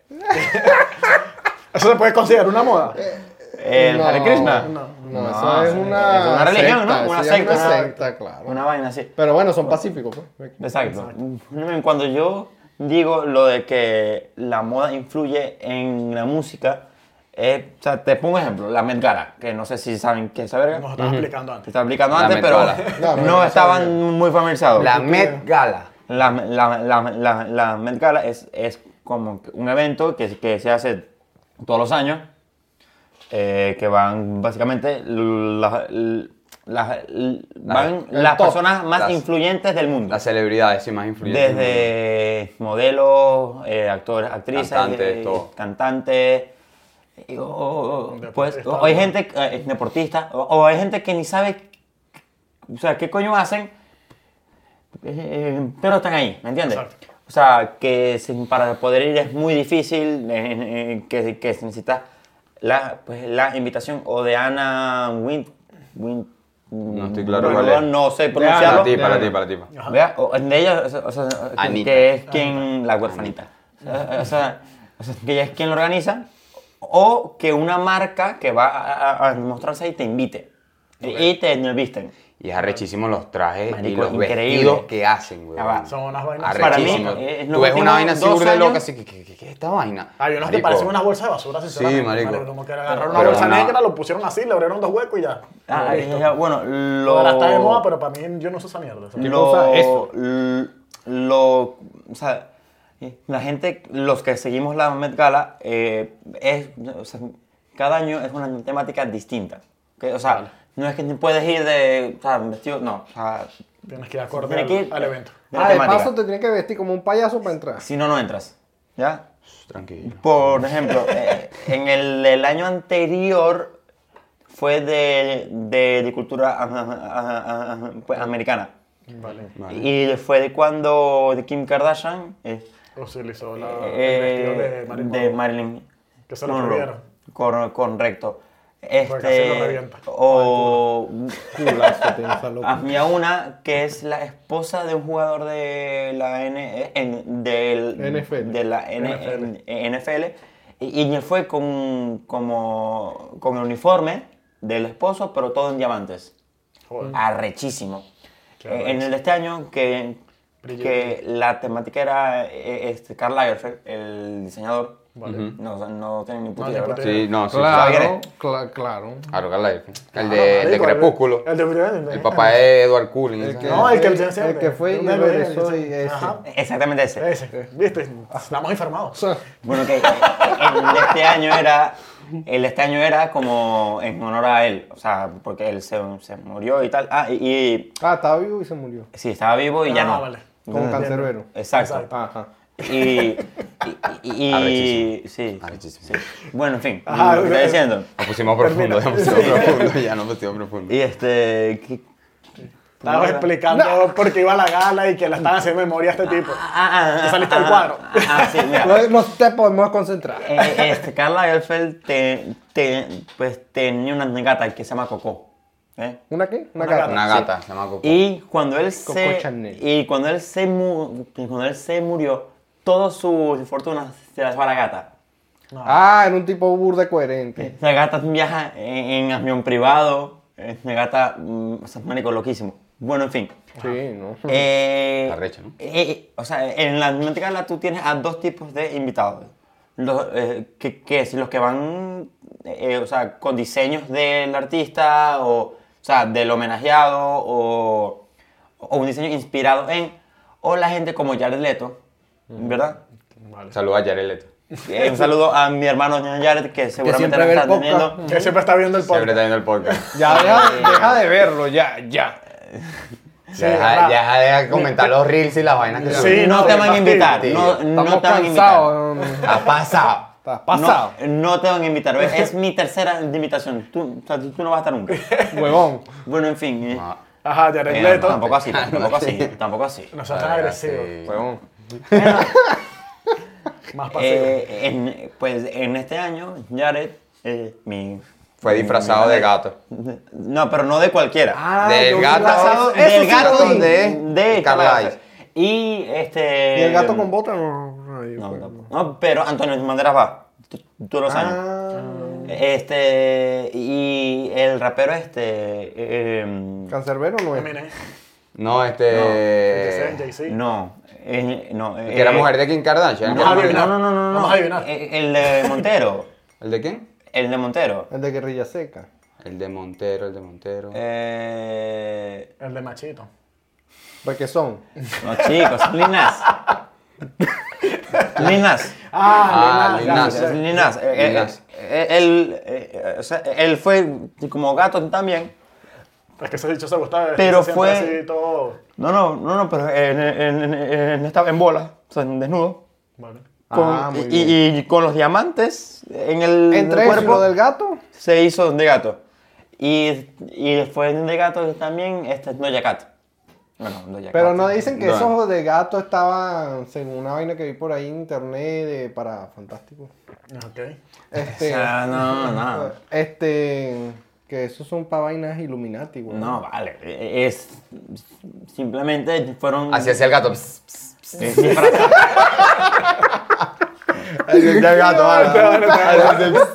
S3: ¿Eso se puede considerar una moda?
S2: Eh.
S4: Eh, El Hare Krishna.
S2: No,
S4: No,
S2: eso es
S4: es
S2: una.
S4: una religión, ¿no?
S2: eso ya
S4: Una
S2: es
S4: secta,
S2: Una
S4: una-
S2: secta, claro.
S4: Una vaina así.
S2: Pero bueno, son pacíficos, pues.
S4: Exacto. Mm, Cuando yo digo lo de que la moda influye en la música, eh, o sea, te pongo un ejemplo, la Met Gala, que no sé si saben qué es esa verga.
S3: Nos estaba explicando
S4: Te
S3: antes.
S4: estaba explicando
S1: La
S4: antes,
S1: Met
S4: pero
S1: Gala.
S2: No,
S4: no,
S2: pero no
S4: estaban
S2: sabía.
S4: muy familiarizados.
S1: La Met Gala.
S4: La, la, la, la, la Met Gala es, es como que un evento que, que se hace todos los años, eh, que van básicamente la- la- van
S2: el
S4: las
S2: top,
S4: personas más
S1: las-
S4: influyentes del mundo.
S1: Las celebridades, sí, más influyentes.
S4: Desde modelos, eh, actores, actrices,
S1: Cantantes,
S4: eh,
S1: todo.
S4: cantantes. y- o- o- o- pues,
S3: Deportistas,
S4: o hay
S3: ¿no?
S4: gente, eh, deportista, o, o hay gente que ni sabe, o sea, qué coño hacen, eh, pero están ahí, ¿me entiendes?
S3: Exacto.
S4: O sea, que sin- para poder ir es muy difícil, eh, eh, que, que se necesita la, pues, la invitación o de Ana Wint. Wint-
S1: No estoy claro
S4: perdón,
S1: cuál es.
S4: No sé
S1: Para
S4: pronunciarlo.
S1: ti, para
S2: Claro.
S1: ti, para ti.
S4: Vea, o- de ella, o sea, o sea, que-
S1: Anita.
S4: que es quien, la huerfanita, o sea, o sea, que ella es quien lo organiza, o que una marca que va a, a- a mostrarse ahí te invite, y te visten.
S1: Y es arrechísimo los trajes y
S4: Marico,
S1: los
S4: increíble.
S1: vestidos que hacen,
S4: Ya
S1: weón.
S4: va.
S3: Son unas vainas.
S4: Para mí,
S1: Arrechísimo.
S4: eh, en los
S1: Tú ves una
S4: últimos
S1: vaina así
S4: dos
S1: burda de loca,
S4: años-
S1: así que, ¿qué, qué- qué es esta vaina?
S3: Hay unos que
S1: Marico.
S3: parecen unas bolsas de basura, sinceramente.
S1: marico.
S3: Como que agarraron una
S1: Pero
S3: bolsa
S1: una-
S3: negra, lo pusieron así, le abrieron dos huecos y ya.
S4: Ah,
S3: Listo.
S4: eh, bueno, lo...
S3: Ahora está de moda, pero para mí yo no uso esa mierda. ¿sabes?
S4: lo,
S2: cosa? Eso.
S4: l- lo, o sea, eh, la gente, los que seguimos la Met Gala, eh, es, o sea, cada año es una temática distinta. ¿ok? O sea, no es que puedes ir de, o sea, vestido, no, o sea,
S3: Tienes que ir acorde
S4: Tienes que
S3: al,
S4: ir-
S3: al evento.
S4: de la
S2: Ah, de
S4: temática.
S2: paso te tiene que vestir como un payaso para entrar.
S4: si no, no entras, ¿ya?
S1: Tranquilo.
S4: Por ejemplo, eh, en el, el año anterior fue de, de, de cultura ajá, ajá, ajá, ajá, pues, americana.
S3: Vale.
S4: Y fue de cuando de Kim Kardashian... eh,
S3: Utilizó la,
S4: Eh,
S3: el Ah, vestido de Marilyn.
S4: de
S3: Monroe.
S4: Marilyn
S3: Que se lo
S4: Monroe.
S3: prohibieron.
S4: Cor- correcto.
S3: Porque así lo
S4: Este,
S3: revienta.
S4: o
S2: Culazo tiene esa loca.
S4: había una que es la esposa de un jugador de la N, en- del-
S2: NFL.
S4: de la N-
S3: NFL.
S4: en- NFL, y, y fue con, como, con el uniforme del esposo, pero todo en diamantes.
S3: Joder.
S4: Arrechísimo.
S3: Qué
S4: Eh, en el de este año, que, que
S3: Brillante.
S4: la temática era eh, este, Karl Lagerfeld, el diseñador. No, o sea, no tiene ni puta
S3: No, ni
S4: idea, ¿verdad?
S3: puta idea.
S1: Sí, no, sí.
S2: Claro, cla- claro.
S1: Arrogar Life. El
S3: Ah,
S1: de, el de
S3: marico,
S1: Crepúsculo.
S3: El, el de ¿eh?
S1: El papá de Edward Cullen.
S2: El
S1: esa
S2: que-
S1: vaina.
S3: No, el que el,
S2: El que fue y
S3: el de-
S2: regresó y ese.
S3: Ajá.
S4: Exactamente ese.
S3: Ese. ¿Viste? Estamos informados.
S4: Bueno, que eh, el de este año era. El de este año era como en honor a él. O sea, porque él se, se murió y tal. Ah, y, y
S2: Ah, estaba vivo y se murió.
S4: sí, estaba vivo y ya
S3: Ah,
S4: no.
S3: vale.
S2: Con cancerbero.
S4: Exacto.
S3: Exacto.
S2: Ajá.
S4: Y. y- y- y-
S1: Arrechísimo.
S4: sí,
S1: Arrechísimo.
S4: sí. Bueno, en fin.
S3: Ajá,
S4: lo que está
S3: eh,
S4: diciendo.
S1: Nos pusimos profundo, ya nos pusimos profundo, ya nos pusimos profundo.
S4: Y este. que-
S3: Estabas explicando por qué iba a la gala y que la estaban haciendo memoria a este tipo. Te saliste del cuadro.
S4: Ah, sí, mira.
S2: No, no te podemos concentrar.
S4: Eh, este, Carla Gelfeld te, te- pues, tenía una gata que se llama Coco. ¿eh?
S2: ¿Una qué? Una,
S3: Una
S2: gata.
S1: Una gata, se llama Coco.
S4: Y cuando él
S2: Coco
S4: se
S2: Chanel.
S4: y cuando él se mu- cuando él se murió, toda su fortuna se la llevó a la gata.
S2: Ah, era un tipo burda coherente.
S4: La gata viaja en, en avión privado. eh, La gata, mm, o sea, marico, loquísimo. Bueno, en fin.
S2: Sí, ¿no?
S4: Eh,
S1: Arrecho, ¿no?
S4: eh, o sea, en la Atlantic Gala tú tienes a dos tipos de invitados. Los, eh, que, que es los que van, eh, o sea, con diseños del artista o, o sea, del homenajeado o, o un diseño inspirado en, o la gente como Jared Leto, ¿verdad?
S1: Saluda a Jared Leto.
S4: Eh, un saludo a mi hermano Jared que seguramente
S2: siempre
S4: la
S2: ve el
S4: está
S2: podcast.
S4: teniendo.
S3: Que siempre está viendo el
S1: Siempre
S3: podcast.
S1: está viendo el podcast.
S2: Ya deja, deja de verlo, ya, ya.
S1: ya, deja,
S3: ¿verdad?
S1: ya deja de comentar los reels y las vainas que
S3: Sí.
S1: se-
S4: no, te
S3: no,
S4: van a
S3: fastidio.
S4: invitar. No, no
S2: Estamos
S4: te van a invitar.
S2: cansados. no,
S1: Ha pasado.
S2: Estás pasado.
S4: No, no te van a invitar. Es, es mi tercera invitación. Tú, o sea, tú tú no vas a estar nunca.
S2: Huevón.
S4: Bueno, en fin. eh.
S1: No,
S3: Ajá, Jared
S4: Eh,
S3: Leto.
S4: tampoco
S1: Ah,
S4: así, tampoco así, tampoco así.
S3: No seas tan agresivo.
S1: sí.
S2: Huevón.
S3: Más pasivo.
S4: Eh, en- pues en este año, Jared, eh, mi...
S1: Fue
S4: mi-
S1: disfrazado
S4: mi-
S1: de gato.
S4: No, pero no de cualquiera.
S2: Ah,
S1: Del
S2: yo vi
S1: gato.
S2: pasado-
S1: Del
S2: eso sí
S1: gato
S2: lo vi.
S1: de-
S4: de
S1: Carlisle.
S4: Y este...
S2: ¿Y el gato con bota? No, ahí
S4: No,
S2: fue.
S4: no, no, pero Antonio Banderas va. Tú, tú lo sabes.
S2: Ah,
S4: Este, y el rapero este, em,
S2: ¿Cancerbero no es?
S3: Eminem,
S1: No,
S3: Jay-Z,
S1: este.
S3: Jay-Z.
S4: no, eh, no.
S1: Que era
S4: eh,
S1: mujer de Kim Kardashian.
S3: Vamos a
S1: ¿El de-
S3: adivinar.
S4: No, no, no, no.
S3: Vamos a adivinar.
S4: Eh, El de Montero.
S1: ¿El de quién?
S4: el de Montero.
S2: El de Guerrilla Seca.
S1: El de Montero, el de Montero.
S4: Eh,
S3: El de Machito.
S2: Porque son.
S4: no, chicos, Linas. Linas.
S1: Ah, Lil Nas.
S3: gracias.
S4: Linas. Eh,
S1: Lil Nas.
S4: él, eh, o sea, él fue como gato también.
S3: Es que ese dicho se gustaba.
S4: Pero
S3: siempre
S4: fue-
S3: así, todo.
S4: No, no, no, no, pero en, en, en- en- estaba en bola, o sea, en desnudo.
S3: Vale.
S4: Con,
S2: Ah, muy
S4: y-
S2: bien.
S4: y, y con los diamantes en el,
S2: Entre eso y
S4: cuerpo.
S2: lo del gato.
S4: se hizo de gato. Y, y después de gato también este es Doja Cat. Bueno, Doja
S2: Pero
S4: Cat.
S2: no dicen que
S4: No.
S2: esos de gato estaban, según una vaina que vi por ahí en internet, de, para Fantástico.
S3: Ok.
S2: Este,
S4: O sea, no, no.
S2: este, que esos son para vainas Illuminati, güey.
S4: No, vale. Es. Simplemente fueron.
S1: Así hacía el gato. Pss, pss.
S4: eh, disfrazados.
S1: Así hacía el gato,
S4: Ah,
S1: vale. Así hacía el pss.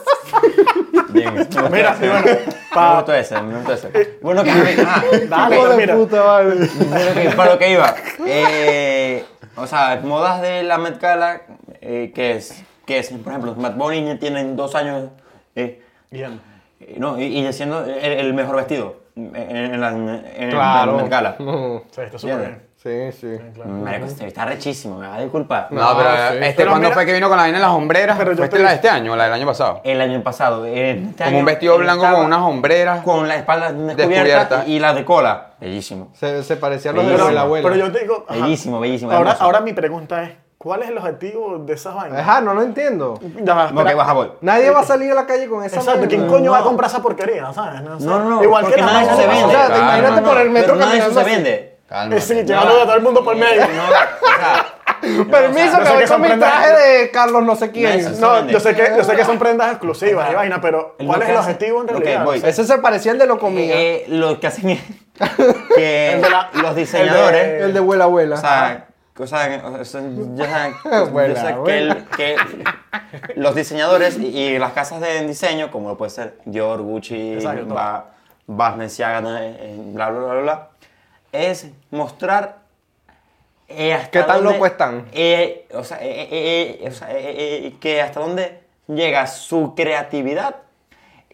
S4: Bien, me gustó
S3: Mira,
S4: ese.
S3: sí, bueno,
S4: Me gustó ese, me gustó ese. Bueno, que. ah,
S3: Dale,
S2: Hijo de
S3: mira.
S2: puta, vale.
S4: Pero que- para lo que iba. Eh, o sea, modas de la Met Gala, eh, que es, que es, por ejemplo, Matt Bonny tiene dos años eh,
S3: Bien.
S4: eh, no, y, y siendo el, el mejor vestido en, en la, en
S2: Claro.
S4: la Met Gala.
S3: Sí, está súper bien.
S2: Sí, sí.
S4: Marico, este está rechísimo, me va a disculpar.
S1: No, pero
S2: No, sí.
S1: este,
S3: Pero
S1: ¿cuándo
S3: mira-
S1: fue que vino con la vaina de las hombreras?
S3: Pero yo
S1: ¿Fue este
S3: te-
S1: la de este año o la del año pasado?
S4: El año pasado. en este
S1: Como
S4: año,
S1: un vestido
S4: él
S1: blanco
S4: estaba
S1: con unas hombreras.
S4: Con la espalda descubierta,
S1: Descubierta.
S4: y la de cola. Bellísimo.
S2: Se, se parecía a los
S4: Pero-
S2: de la abuela.
S3: Pero yo te digo. ajá.
S4: Bellísimo, bellísimo,
S3: Ahora,
S4: hermoso.
S3: ahora mi pregunta es: ¿cuál es el objetivo de esas vainas?
S2: Ajá, no lo entiendo.
S3: Ya va,
S4: No, que
S3: espera.
S4: baja bol.
S2: Nadie va a salir a la calle con esa
S3: Exacto, ¿quién
S2: mierda.
S3: coño va a
S4: No.
S3: comprar esa porquería? ¿Sabes? sé.
S4: No, no, no.
S3: Igual que
S4: porque
S3: la
S4: nada de eso
S3: ropa.
S4: se vende. Ah,
S2: O sea,
S1: Claro,
S2: te imagínate
S1: no,
S2: por el metro
S4: pero nada de eso
S2: caminando
S4: se
S2: así.
S4: vende.
S1: Cálmate.
S3: Sí, llevando a todo el mundo por medio.
S4: Eh, No, o sea, no,
S2: Permiso,
S4: o sea,
S3: no
S2: que
S3: sé
S2: voy
S3: qué
S2: con mi
S3: sorprender.
S2: traje de Carlos no sé quién.
S4: Nice.
S3: No, yo sé, que, yo sé que son prendas exclusivas y vaina, pero
S4: Lo
S3: ¿cuál es
S4: que
S3: el
S4: hace-
S3: objetivo en
S4: Ok,
S3: realidad?
S4: voy.
S2: Ese se parecía al de lo comía.
S4: eh, lo que hacen es que
S3: El de la-
S4: los diseñadores,
S3: el de-
S2: el de abuela abuela.
S4: o sea, o sea, o sea, ya saben- yo
S2: Abuela,
S4: sé que
S2: abuela.
S4: el- que, los diseñadores y, y las casas de diseño, como lo puede ser Dior, Gucci,
S3: Exacto, todo.
S4: Ba- Balenciaga, eh, eh, bla, bla, bla, bla, es mostrar eh, hasta
S2: ¿Qué tan
S4: dónde-
S2: locos están?
S4: eh, o sea, eh, eh, eh, o sea, eh, eh, eh, que hasta dónde llega su creatividad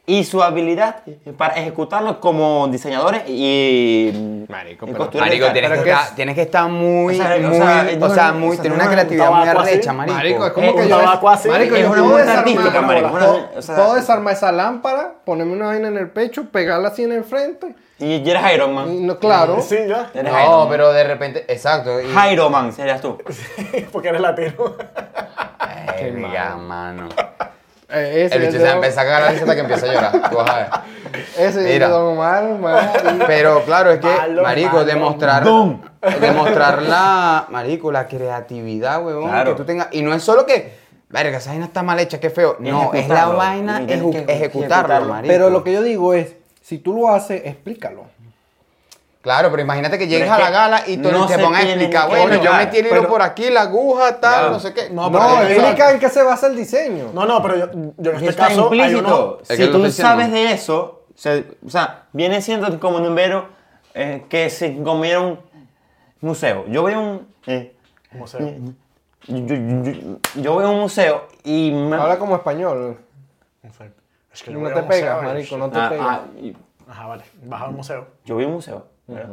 S4: y su habilidad para ejecutarlo como diseñadores y
S2: Marico,
S4: y
S2: pero-
S4: costureros.
S1: Marico, tienes que,
S2: Pero que
S1: estar,
S2: es-
S1: tienes que estar muy,
S4: O sea, o
S1: muy,
S4: sea,
S1: o sea, muy,
S4: o sea,
S1: tener una
S4: no es un
S1: creatividad muy
S3: tabaco así.
S1: arrecha, marico.
S2: Marico, es como
S4: Eh,
S2: que
S4: un
S2: yo.
S3: tabaco así.
S2: Marico,
S4: Es
S2: yo
S4: una
S2: puedo
S4: monta
S2: desarmar-
S4: artística, marico, una-
S2: puedo-
S4: o sea-
S2: puedo desarmar esa lámpara, ponerme una vaina en el pecho, pegarla así en el frente.
S4: Y ya eres Iron
S2: y
S4: Man.
S2: no, claro.
S3: Sí, ya.
S4: Eres Iron
S1: No,
S4: Man.
S1: pero de repente, exacto. Y,
S4: Iron Man serías tú.
S3: Porque eres latino.
S1: Verga, mano.
S2: Eh, ese
S1: El bicho
S2: es
S1: se
S2: de
S1: va a
S2: Don-
S1: empezar a cagar la hasta que empieza a llorar. Tú vas a
S2: Ese es
S1: Mira.
S2: de Don Omar, marico.
S1: Pero claro, es que,
S3: Malo,
S1: marico,
S3: malo.
S1: demostrar.
S4: Dum.
S1: Demostrar la. Marico, la creatividad, huevón.
S4: Claro.
S1: Que tú tengas. Y no es solo que. Verga, esa vaina está mal hecha, qué feo. No, es la
S4: Ejecutarlo.
S1: vaina
S4: Tienes
S1: ejecu-
S4: que
S1: ejecutarlo,
S4: ejecutarlo.
S1: marico.
S2: Pero lo que yo digo es, si tú lo haces, explícalo.
S1: Claro, pero imagínate que
S4: Pero
S1: llegues
S4: es
S1: a la
S4: que
S1: gala y tú
S4: no
S1: te
S4: se
S1: pongas a
S4: tienen
S1: explicar,
S4: que
S1: bueno, yo
S4: ejecutar,
S1: me tiro
S3: pero-
S1: por aquí, la aguja, tal,
S4: Claro.
S1: no sé qué.
S3: No,
S1: pero
S2: No,
S1: es-
S2: explica en qué se basa el diseño.
S3: No, no, pero yo, yo en este
S4: está
S3: caso. hay
S4: implícito.
S3: uno-
S1: Es que
S4: si
S1: lo estoy
S4: tú
S1: diciendo.
S4: sabes de eso, o sea, o sea, viene siendo como número eh, que se comieron museo. Yo veo un eh,
S3: Museo.
S4: eh, yo, yo- yo- yo veo un museo y me-
S2: Habla como español.
S3: Exacto. Es que yo
S2: No
S3: voy
S2: te
S3: al museo,
S2: pegas,
S3: eh.
S2: marico, no te
S4: Ah,
S2: pegas.
S4: ah, y-
S3: Ajá, vale. Baja al museo.
S4: yo veo un museo. ¿verdad?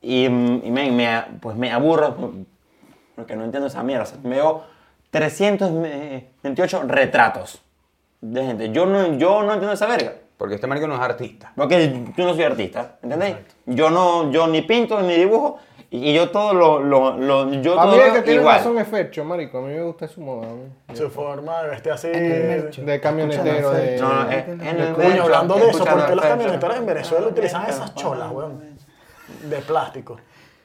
S4: Y, mm, y me, me- pues me aburro por- porque no entiendo esa mierda. O sea, veo 328 retratos de gente. Yo no, yo no entiendo esa verga.
S1: Porque este marico no es artista.
S4: Porque yo no soy artista, ¿entendéis? Yo no, yo ni pinto ni dibujo y, y yo todo lo, lo, lo- yo
S2: A
S4: todo
S2: mí el
S4: lo
S2: que tiene
S4: igual.
S2: razón es Fercho, marico. A mí me gusta su moda. ¿no?
S3: Su forma de vestir así.
S2: De camionetero, de...
S4: No, no, es- en el-
S3: Coño, hablando de eso, ¿por qué los
S4: Escucha,
S3: camioneteros en Venezuela
S4: escucha,
S3: utilizaban
S4: escucha,
S3: esas
S4: escucha,
S3: cholas, weón? De plástico.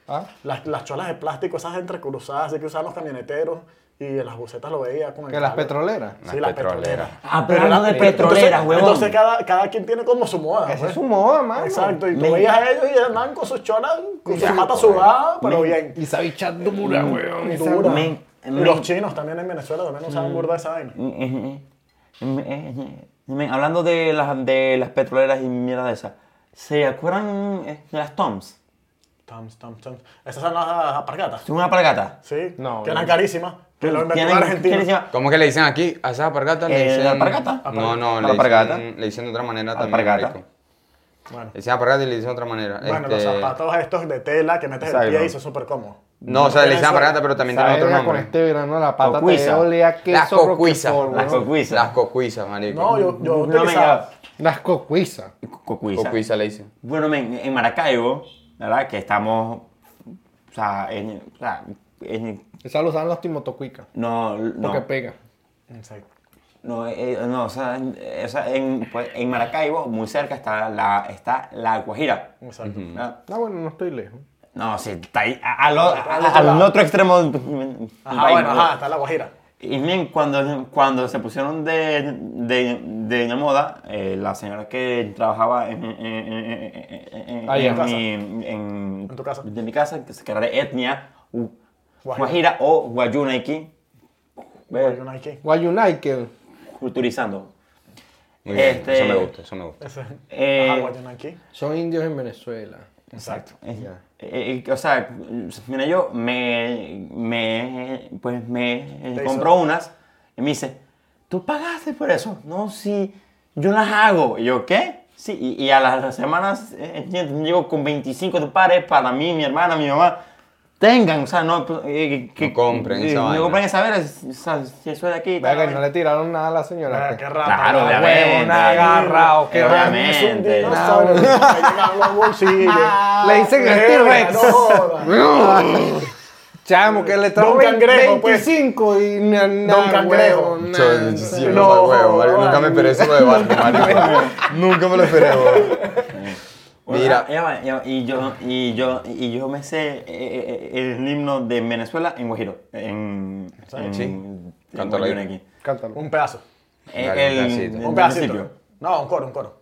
S2: ¿Ah?
S3: Las, las cholas de plástico, esas entrecruzadas, así que usaban los camioneteros y en las bucetas lo veía con el
S2: Que las
S3: cable.
S2: petroleras.
S3: Sí,
S1: Las
S3: las petroleras.
S1: petroleras.
S4: Hablando Ah, de
S3: Pero era-
S4: petroleras,
S3: entonces-
S4: huevón.
S3: Entonces cada, cada quien tiene como su moda.
S2: Esa
S3: pues.
S2: es su moda, mano.
S3: Exacto, y tú
S4: Me-
S3: veías a ellos y andaban con sus cholas, con sus patas sudadas, pero bien.
S2: Y esa bicha dura, weón.
S3: Dura.
S4: Me-
S3: Y
S4: me-
S3: los chinos también en Venezuela también
S4: Mm.
S3: usaban burda esa vaina.
S4: Eh, eh, eh, eh, Hablando de las, de las petroleras y mierda de esas, ¿se acuerdan eh, de las Toms?
S3: Tams, tams, tams. Esas son las apargatas.
S4: ¿Son una palgata?
S3: Sí,
S2: No,
S3: que
S2: no.
S3: eran carísimas. Que lo inventó
S4: eh, ¿Tienen-
S3: un argentino.
S4: tienen encima-
S1: ¿Cómo que le dicen aquí? ¿A esas alpargatas le
S4: Eh,
S1: dicen...?
S4: ¿la alpargata?
S1: No, no, le
S4: Alpargata.
S1: dicen, le dicen de otra manera también,
S4: Alpargata.
S1: marico.
S3: Bueno,
S1: Le dicen alpargata y le dicen de otra manera.
S3: bueno, los
S1: Este,
S3: zapatos estos de tela que metes el
S4: Exacto.
S3: pie y son súper cómodos.
S1: No, o sea, le dicen alpargata, pero también tiene
S2: Esa
S1: otro
S2: verga con
S1: nombre.
S2: este verano la pata te
S4: Cocuiza.
S2: olea queso
S1: Las cocuizas.
S2: roquefort,
S1: Las
S2: weón.
S4: cocuizas.
S1: Las cocuizas, marico.
S3: No, yo, yo
S4: No,
S3: utilizaba.
S2: Las cocuizas.
S4: Cocuiza.
S1: Cocuiza le dicen.
S4: Bueno, men, en Maracaibo, la verdad que estamos, o sea, en, o sea, en-
S2: Esa lo usan los timotocuicas.
S4: no, no,
S2: Porque pega.
S3: Exacto.
S4: no, eh, no, o sea, en, eh, o sea, en, pues, en Maracaibo, muy cerca está la, está la Guajira.
S3: Exacto.
S4: ¿verdad?
S2: No, bueno, no estoy lejos.
S4: No, sí, está ahí, a- a lo- a-
S3: Al otro
S4: al
S3: lado.
S4: otro extremo. del
S3: Ajá,
S4: país,
S3: bueno,
S4: ¿no?
S3: ajá, está la guajira.
S4: Y men, cuando, cuando se pusieron de, de, de la moda, eh, la señora que trabajaba en, en, en- en- en-
S2: Ahí en
S4: en
S2: casa.
S4: mi, en,
S3: En tu casa.
S4: de mi casa, que se era de etnia, u-
S3: Guajira.
S4: Guajira, o Guayunaiki, Eh,
S3: Hay una aquí.
S2: Guayunaikel.
S4: culturizando.
S1: Muy bien,
S4: Este-
S1: eso me gusta, eso me gusta.
S3: Ese-
S4: Eh,
S3: Ajá, hay una aquí.
S2: Son indios en Venezuela.
S3: Exacto.
S4: Eh,
S2: Ya.
S4: eh, eh, o sea, mira, yo me, me pues me eh,
S3: Te hizo-
S4: compro unas y me dice, ¿tú pagaste por eso? No, sí, yo las hago. Y yo, ¿qué? Sí, y, y a las semanas eh, eh, llego con 25 de pares para mí, mi hermana, mi mamá. Tengan, o sea, no, pues, eh, que
S1: No compren esa
S4: eh,
S1: vaina.
S4: No compren esa verga, o sea, si eso de aquí. tal,
S2: Vea que no
S4: vaina.
S2: le tiraron nada a la
S3: Ah,
S2: señora.
S3: qué
S2: que-
S3: rata.
S4: Claro,
S3: la
S4: obviamente.
S3: huevo, una agarrado, qué rata. Es un
S4: Obviamente.
S3: dinosaurio. Me llegan los bolsillos.
S2: Le dicen que es
S3: Verga,
S2: T-Rex.
S3: no
S4: pues.
S3: jodas.
S2: Chamo, que le trajo
S3: Don Cangrejo, pues.
S2: 25 y na- na-
S3: Don Cangrejo.
S2: huevón, na-
S1: Yo- sí,
S3: no,
S1: no, sabe, huevo, marico,
S3: no,
S1: nunca me esperé eso lo de Barney, marico. Nunca me lo esperé, huevo.
S4: Bueno, ah,
S1: Mira.
S4: ya va, ya va, y, yo, y, yo, y yo me sé eh, eh, eh, el himno de Venezuela en Guajiro. En, en,
S1: Sí.
S4: en
S1: Cántalo ahí.
S4: Guajiro aquí.
S2: Cántalo.
S3: Un pedazo.
S4: Eh,
S1: Dale, un
S4: el-
S1: pedacito.
S4: el
S3: Un pedacito.
S4: principio.
S3: No, un coro, un coro.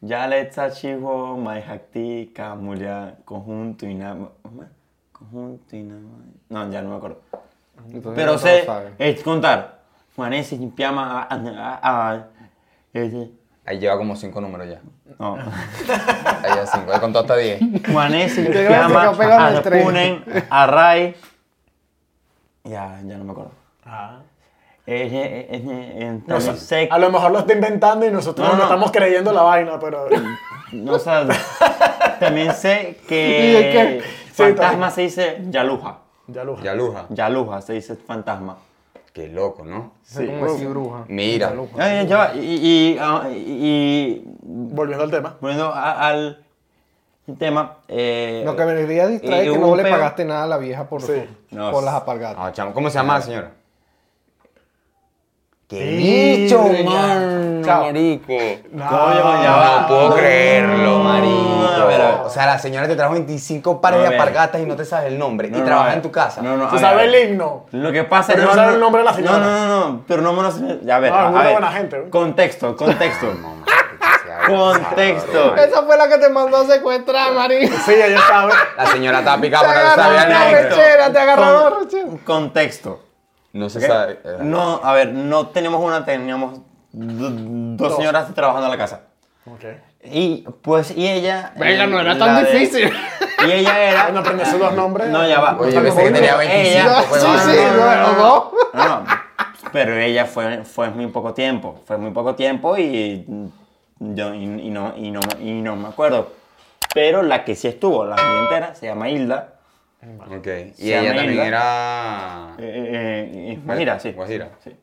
S4: Ya le tachivo, maihactica, mulia, conjunto y nada. Conjunto y nada. No, ya no me acuerdo.
S1: Pues
S2: Entonces,
S4: Pero
S2: no
S4: sé
S2: lo saben.
S4: es contar. Juanes y pijama. a- a- a- a- eh,
S1: Ahí lleva como cinco números ya.
S4: No.
S1: Ahí ya cinco, he contado hasta diez.
S4: Juanes y
S2: Te iba a decir
S4: pijama.
S2: que pegan el tren.
S4: Alpunen, Array. Ya, ya no me acuerdo.
S3: Ajá.
S4: Eh, eh, eh, eh,
S3: No, o
S4: entonces
S3: sea,
S4: sé-
S3: a lo mejor lo está inventando y nosotros
S4: No,
S3: no,
S4: no.
S3: estamos creyendo la vaina, pero.
S4: no, o sea, también sé
S2: ¿Y de qué?
S4: que
S3: Sí,
S4: fantasma se dice yaluja.
S3: Ya luja.
S1: Ya luja.
S4: Yaluja se dice fantasma.
S1: Qué loco, ¿no?
S2: Es como decir bruja.
S1: Mira.
S4: Ya, ya, ya va. Y, y, ah, y- y
S3: Volviendo al tema.
S4: volviendo a- al tema. eh,
S2: Lo que me debería distraer
S4: y
S2: es que
S4: hubo
S2: no
S4: un
S2: le
S4: peo.
S2: pagaste nada a la vieja por,
S3: Sí.
S2: por
S4: No,
S2: las apargatas.
S1: Ah, chamo, ¿Cómo se llama la señora? ¡Qué bicho,
S3: ya.
S1: man!
S3: Chao.
S1: Marico.
S3: No,
S1: Ah, No, puedo creerlo,
S4: no,
S1: marico.
S4: pero-
S1: O sea, la señora te trajo 25 pares
S4: No,
S1: de
S4: a ver.
S1: alpargatas y no te sabes el nombre. y
S4: no,
S1: trabaja
S4: a ver.
S1: en tu casa.
S4: No, no,
S3: Se
S4: a
S3: sabe
S4: ver, a ver.
S3: el himno.
S4: Lo que pasa
S3: Pero
S4: es
S3: no sabe el nombre de la señora.
S4: No, no, no, no, pero no me lo sé. A ver,
S3: No,
S4: a,
S3: alguna
S4: ver.
S3: buena gente, ¿eh?
S4: Contexto, contexto.
S1: No, marico, que sea
S4: Contexto.
S1: abusador, marico.
S2: Esa fue la que te mandó a secuestrar, marico.
S3: Sí, ella sabe.
S1: La señora estaba picada
S2: Te
S1: porque no sabía el
S2: agarraron
S1: nombre.
S2: una rechera, te agarraron
S4: Con-
S2: una rechera.
S4: Contexto.
S1: No se
S4: ¿ok?
S1: sabe. eh,
S4: No, a ver, no tenemos una, teníamos do- dos señoras trabajando en la casa.
S3: Ok.
S4: Y pues, y ella.
S2: Venga,
S4: eh,
S2: no era
S4: la
S2: tan
S4: de-
S2: difícil.
S4: Y ella era.
S3: No aprendes los nombres.
S4: No, ya va.
S1: Oye, pensé que tenía 25,
S4: Ella-
S1: pues,
S2: Sí,
S1: no,
S2: sí,
S1: no,
S2: no,
S4: no,
S2: o
S4: no.
S2: dos.
S4: No, no, pero ella fue, fue muy poco tiempo, fue muy poco tiempo y yo y, y no, y, no, y no me acuerdo. Pero la que sí estuvo, la vida entera, se llama Hilda.
S1: Ok. Y
S4: Se
S1: ella
S4: llama
S1: también
S4: Hilda.
S1: era.
S4: Eh, eh, eh, Guajira, sí.
S1: Guajira.
S4: Sí,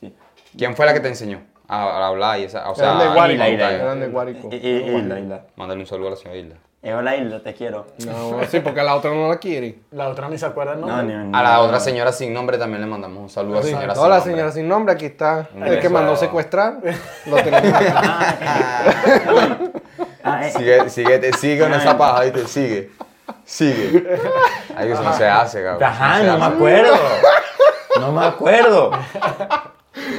S4: sí.
S1: ¿Quién fue la que te enseñó a, a hablar y esa? O sea,
S2: Eran de
S1: a
S2: Guárico.
S1: contar?
S4: Hilda.
S2: Eran Ah, de Guárico.
S4: Eh, eh, Hilda, Hilda.
S1: Mándale un saludo a la señora Hilda.
S4: Eh, hola Hilda, te quiero.
S2: No, sí, porque la otra no la quiere.
S3: La otra ni se acuerda el
S4: No,
S3: nombre.
S4: ni-
S1: A la
S4: no.
S1: otra señora sin nombre también le mandamos un saludo a la señora Pues sin
S2: Hola,
S1: nombre.
S2: señora sin nombre, aquí está.
S1: Un
S2: El que
S1: beso.
S2: mandó a secuestrar. Lo tenemos acá.
S4: Ah, eh,
S1: Sigue, sigue, te sigue con esa paja, ¿viste? Sigue. Sigue. Ay, eso no se hace, cabrón.
S4: Ajá,
S1: se
S4: no me
S1: hace.
S4: acuerdo. No me acuerdo.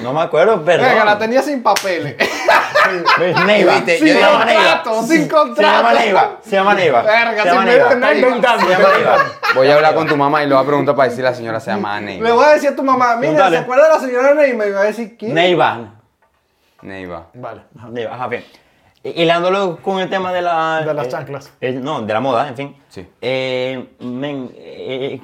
S4: No me acuerdo, perdón.
S2: Venga, la tenía sin papeles.
S4: ¿Ves? Neiva.
S1: Viste,
S4: Se
S1: yo
S2: digo-
S4: llama Neiva.
S2: Contrato, sin
S4: Se-
S2: contrato.
S4: Se llama Neiva. Se llama Neiva.
S2: Verga,
S4: se
S2: si
S4: llama
S2: me
S4: Neiva.
S2: tenés-
S3: Está inventando.
S4: Se llama Neiva.
S1: Voy a hablar con tu mamá y le voy a preguntar para decir la señora se llama
S2: Le
S1: Neiva.
S2: voy a decir a tu mamá, mira, ¿se
S4: Pregúntale.
S2: acuerda de la señora Neyma? Y me va a decir, ¿quién?
S4: Neiva.
S1: Neiva.
S3: Vale.
S4: Neiva, ajá, bien. Y- Hilándolo con el tema de la...
S3: De las
S4: eh,
S3: chanclas.
S4: eh, no, de la moda, en fin.
S1: Sí.
S4: Eh, men, eh,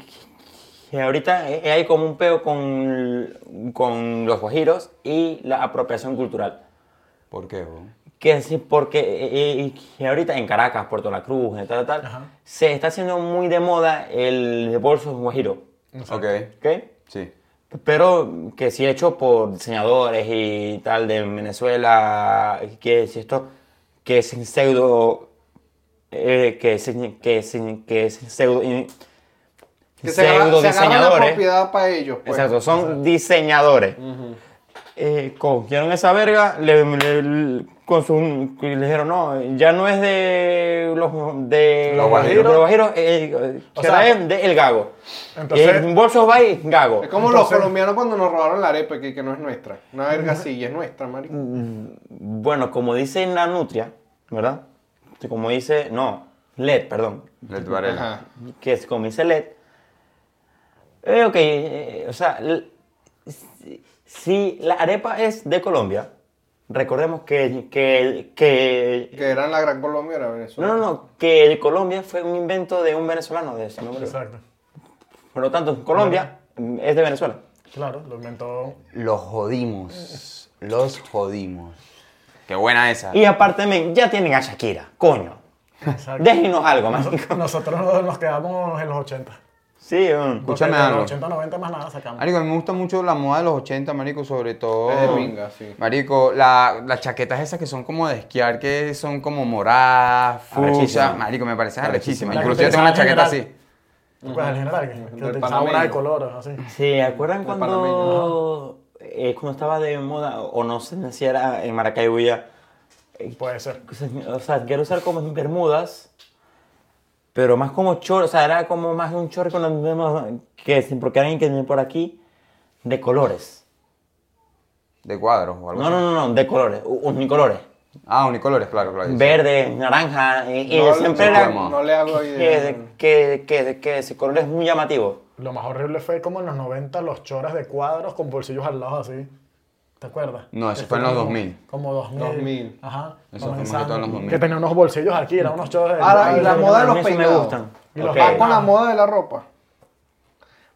S4: que ahorita eh, hay como un peo con, con los guajiros y la apropiación cultural.
S1: ¿Por qué, vos?
S4: Que sí, porque eh, eh, que ahorita en Caracas, Puerto La Cruz, eh, tal, tal, tal,
S3: Ajá.
S4: se está haciendo muy de moda el bolso guajiro,
S1: Ok,
S4: ¿ok?
S1: sí.
S4: Pero que sí hecho por diseñadores y tal de Venezuela, que si esto, que es pseudo, eh, que es, que es, que es pseudo,
S2: Que se agarra, se agarra la
S4: diseñadores.
S2: propiedad para ellos. pues.
S4: Exacto, son diseñadores. Eh, cogieron esa verga, le, le- le- con su- y le dijeron, no, ya no es de los, de
S1: Los guajiros.
S4: de los guajiros, eh,
S3: O
S4: que ahora
S3: sea,
S4: es de El Gago. Eh,
S3: entonces-
S4: el bolso by Gago.
S2: Es como los
S3: Entonces-
S2: colombianos cuando nos robaron la arepa, que, que no es nuestra. Una verga así, y es nuestra, marico.
S4: Bueno, como dice la nutria, ¿verdad? Que Como dice, no, LED, perdón,
S1: Led Varela.
S2: Ajá.
S4: que es como dice LED. Eh, ok, eh, o sea, l- si, si la arepa es de Colombia, recordemos que, que, que-
S2: Que eran la Gran Colombia, era Venezuela.
S4: no, no, no, que el Colombia fue un invento de un venezolano de Simón Bolívar.
S3: Exacto.
S4: Por lo tanto, Colombia mm, es de Venezuela.
S3: Claro, lo inventó.
S1: Los jodimos. Los jodimos. Qué buena esa.
S4: Y aparte, men, ya tienen a Shakira, coño.
S3: Exacto.
S4: Déjenos algo, marico.
S3: Nosotros nos- nos quedamos en los 80.
S4: Sí, un...
S1: Escúchame
S3: Porque de
S1: algo.
S3: Los 80, 90 más nada sacamos.
S1: Marico, a mí me gusta mucho la moda de los 80, marico, sobre todo.
S2: Es de pinga, sí.
S1: Marico, la- las chaquetas esas que son como de esquiar, que son como moradas, fucsia.
S4: Arrechísima.
S1: Marico, me parecen arrechísimas.
S4: Arrechísima.
S1: Inclusive yo tengo una chaqueta así.
S3: Pues en general, que, que
S2: Del
S3: utilizaba una de
S2: panameño.
S3: colores, así.
S4: ¿Se acuerdan
S2: panameño,
S4: cuando, eh, cuando estaba de moda, o no sé si era en Maracaibo ya?
S3: Puede ser.
S4: O sea, o sea, quiero usar como bermudas, pero más como chor, o sea, era como más un chorro con las mismas que sin- porque alguien que viene por aquí, de colores.
S1: De cuadros o algo
S4: No,
S1: así.
S4: no, no, no, de colores, u- unicolores.
S1: Ah, unicolores, claro, claro. sí.
S4: Verde, naranja, y, y
S2: No,
S4: siempre
S1: no,
S4: era
S1: no,
S2: no le hago idea.
S4: que, que, que, que ese color es muy llamativo.
S3: Lo más horrible fue como en los 90 los choras de cuadros con bolsillos al lado así. ¿Te acuerdas?
S1: No, eso
S3: Que
S1: fue en los
S3: como-
S1: 2000.
S3: Como 2000.
S2: 2000.
S3: Ajá.
S1: Eso fue más que
S3: comenzando.
S1: todo en los 2000.
S3: Que tenía unos bolsillos aquí, eran unos choras de
S2: Ahora,
S3: cuadros.
S2: y Ah, la
S4: Ay,
S2: moda de
S4: a mí
S2: los
S4: sí me
S2: peinados.
S4: gustan.
S3: Y los
S4: Ok.
S2: Va con la
S3: Ah.
S2: moda de la ropa.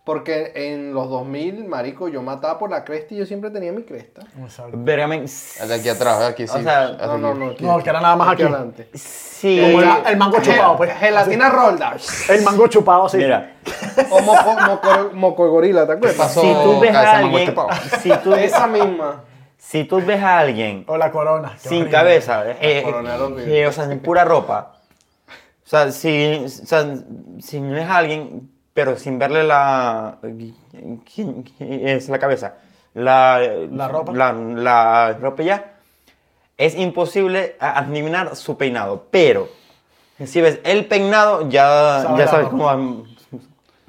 S2: Porque en los 2000, marico, yo mataba por la cresta y yo siempre tenía mi cresta.
S3: Exacto.
S4: Verga, men,
S1: Es de aquí atrás, aquí sí.
S4: O sea,
S1: Así.
S2: No, no, no. aquí.
S3: Ah, No, que era nada más aquí.
S2: adelante.
S4: sí.
S3: Como el, el mango chupado, pues.
S2: Gelatina Rolda.
S3: El mango chupado, así.
S4: Mira,
S2: O moco, moco, moco de gorila, ¿te acuerdas?
S1: pasó?
S4: si tú ves
S1: cabeza
S4: a
S1: de mango
S4: alguien,
S1: chupado.
S4: si tú,
S2: Esa misma.
S4: si tú ves a alguien
S3: O la corona. qué
S4: sin
S3: horrible.
S4: cabeza, eh, eh,
S2: corona, los
S4: eh,
S2: vidrios.
S4: o sea, en pura ropa, o sea, si, o sea, si no es alguien, pero sin verle la, es la cabeza, la,
S3: La ropa.
S4: la, la ropa ya, es imposible a- adivinar su peinado. Pero si ves el peinado, ya,
S3: Sabe
S4: ya
S3: la
S4: sabes
S3: ropa.
S4: cómo va. ya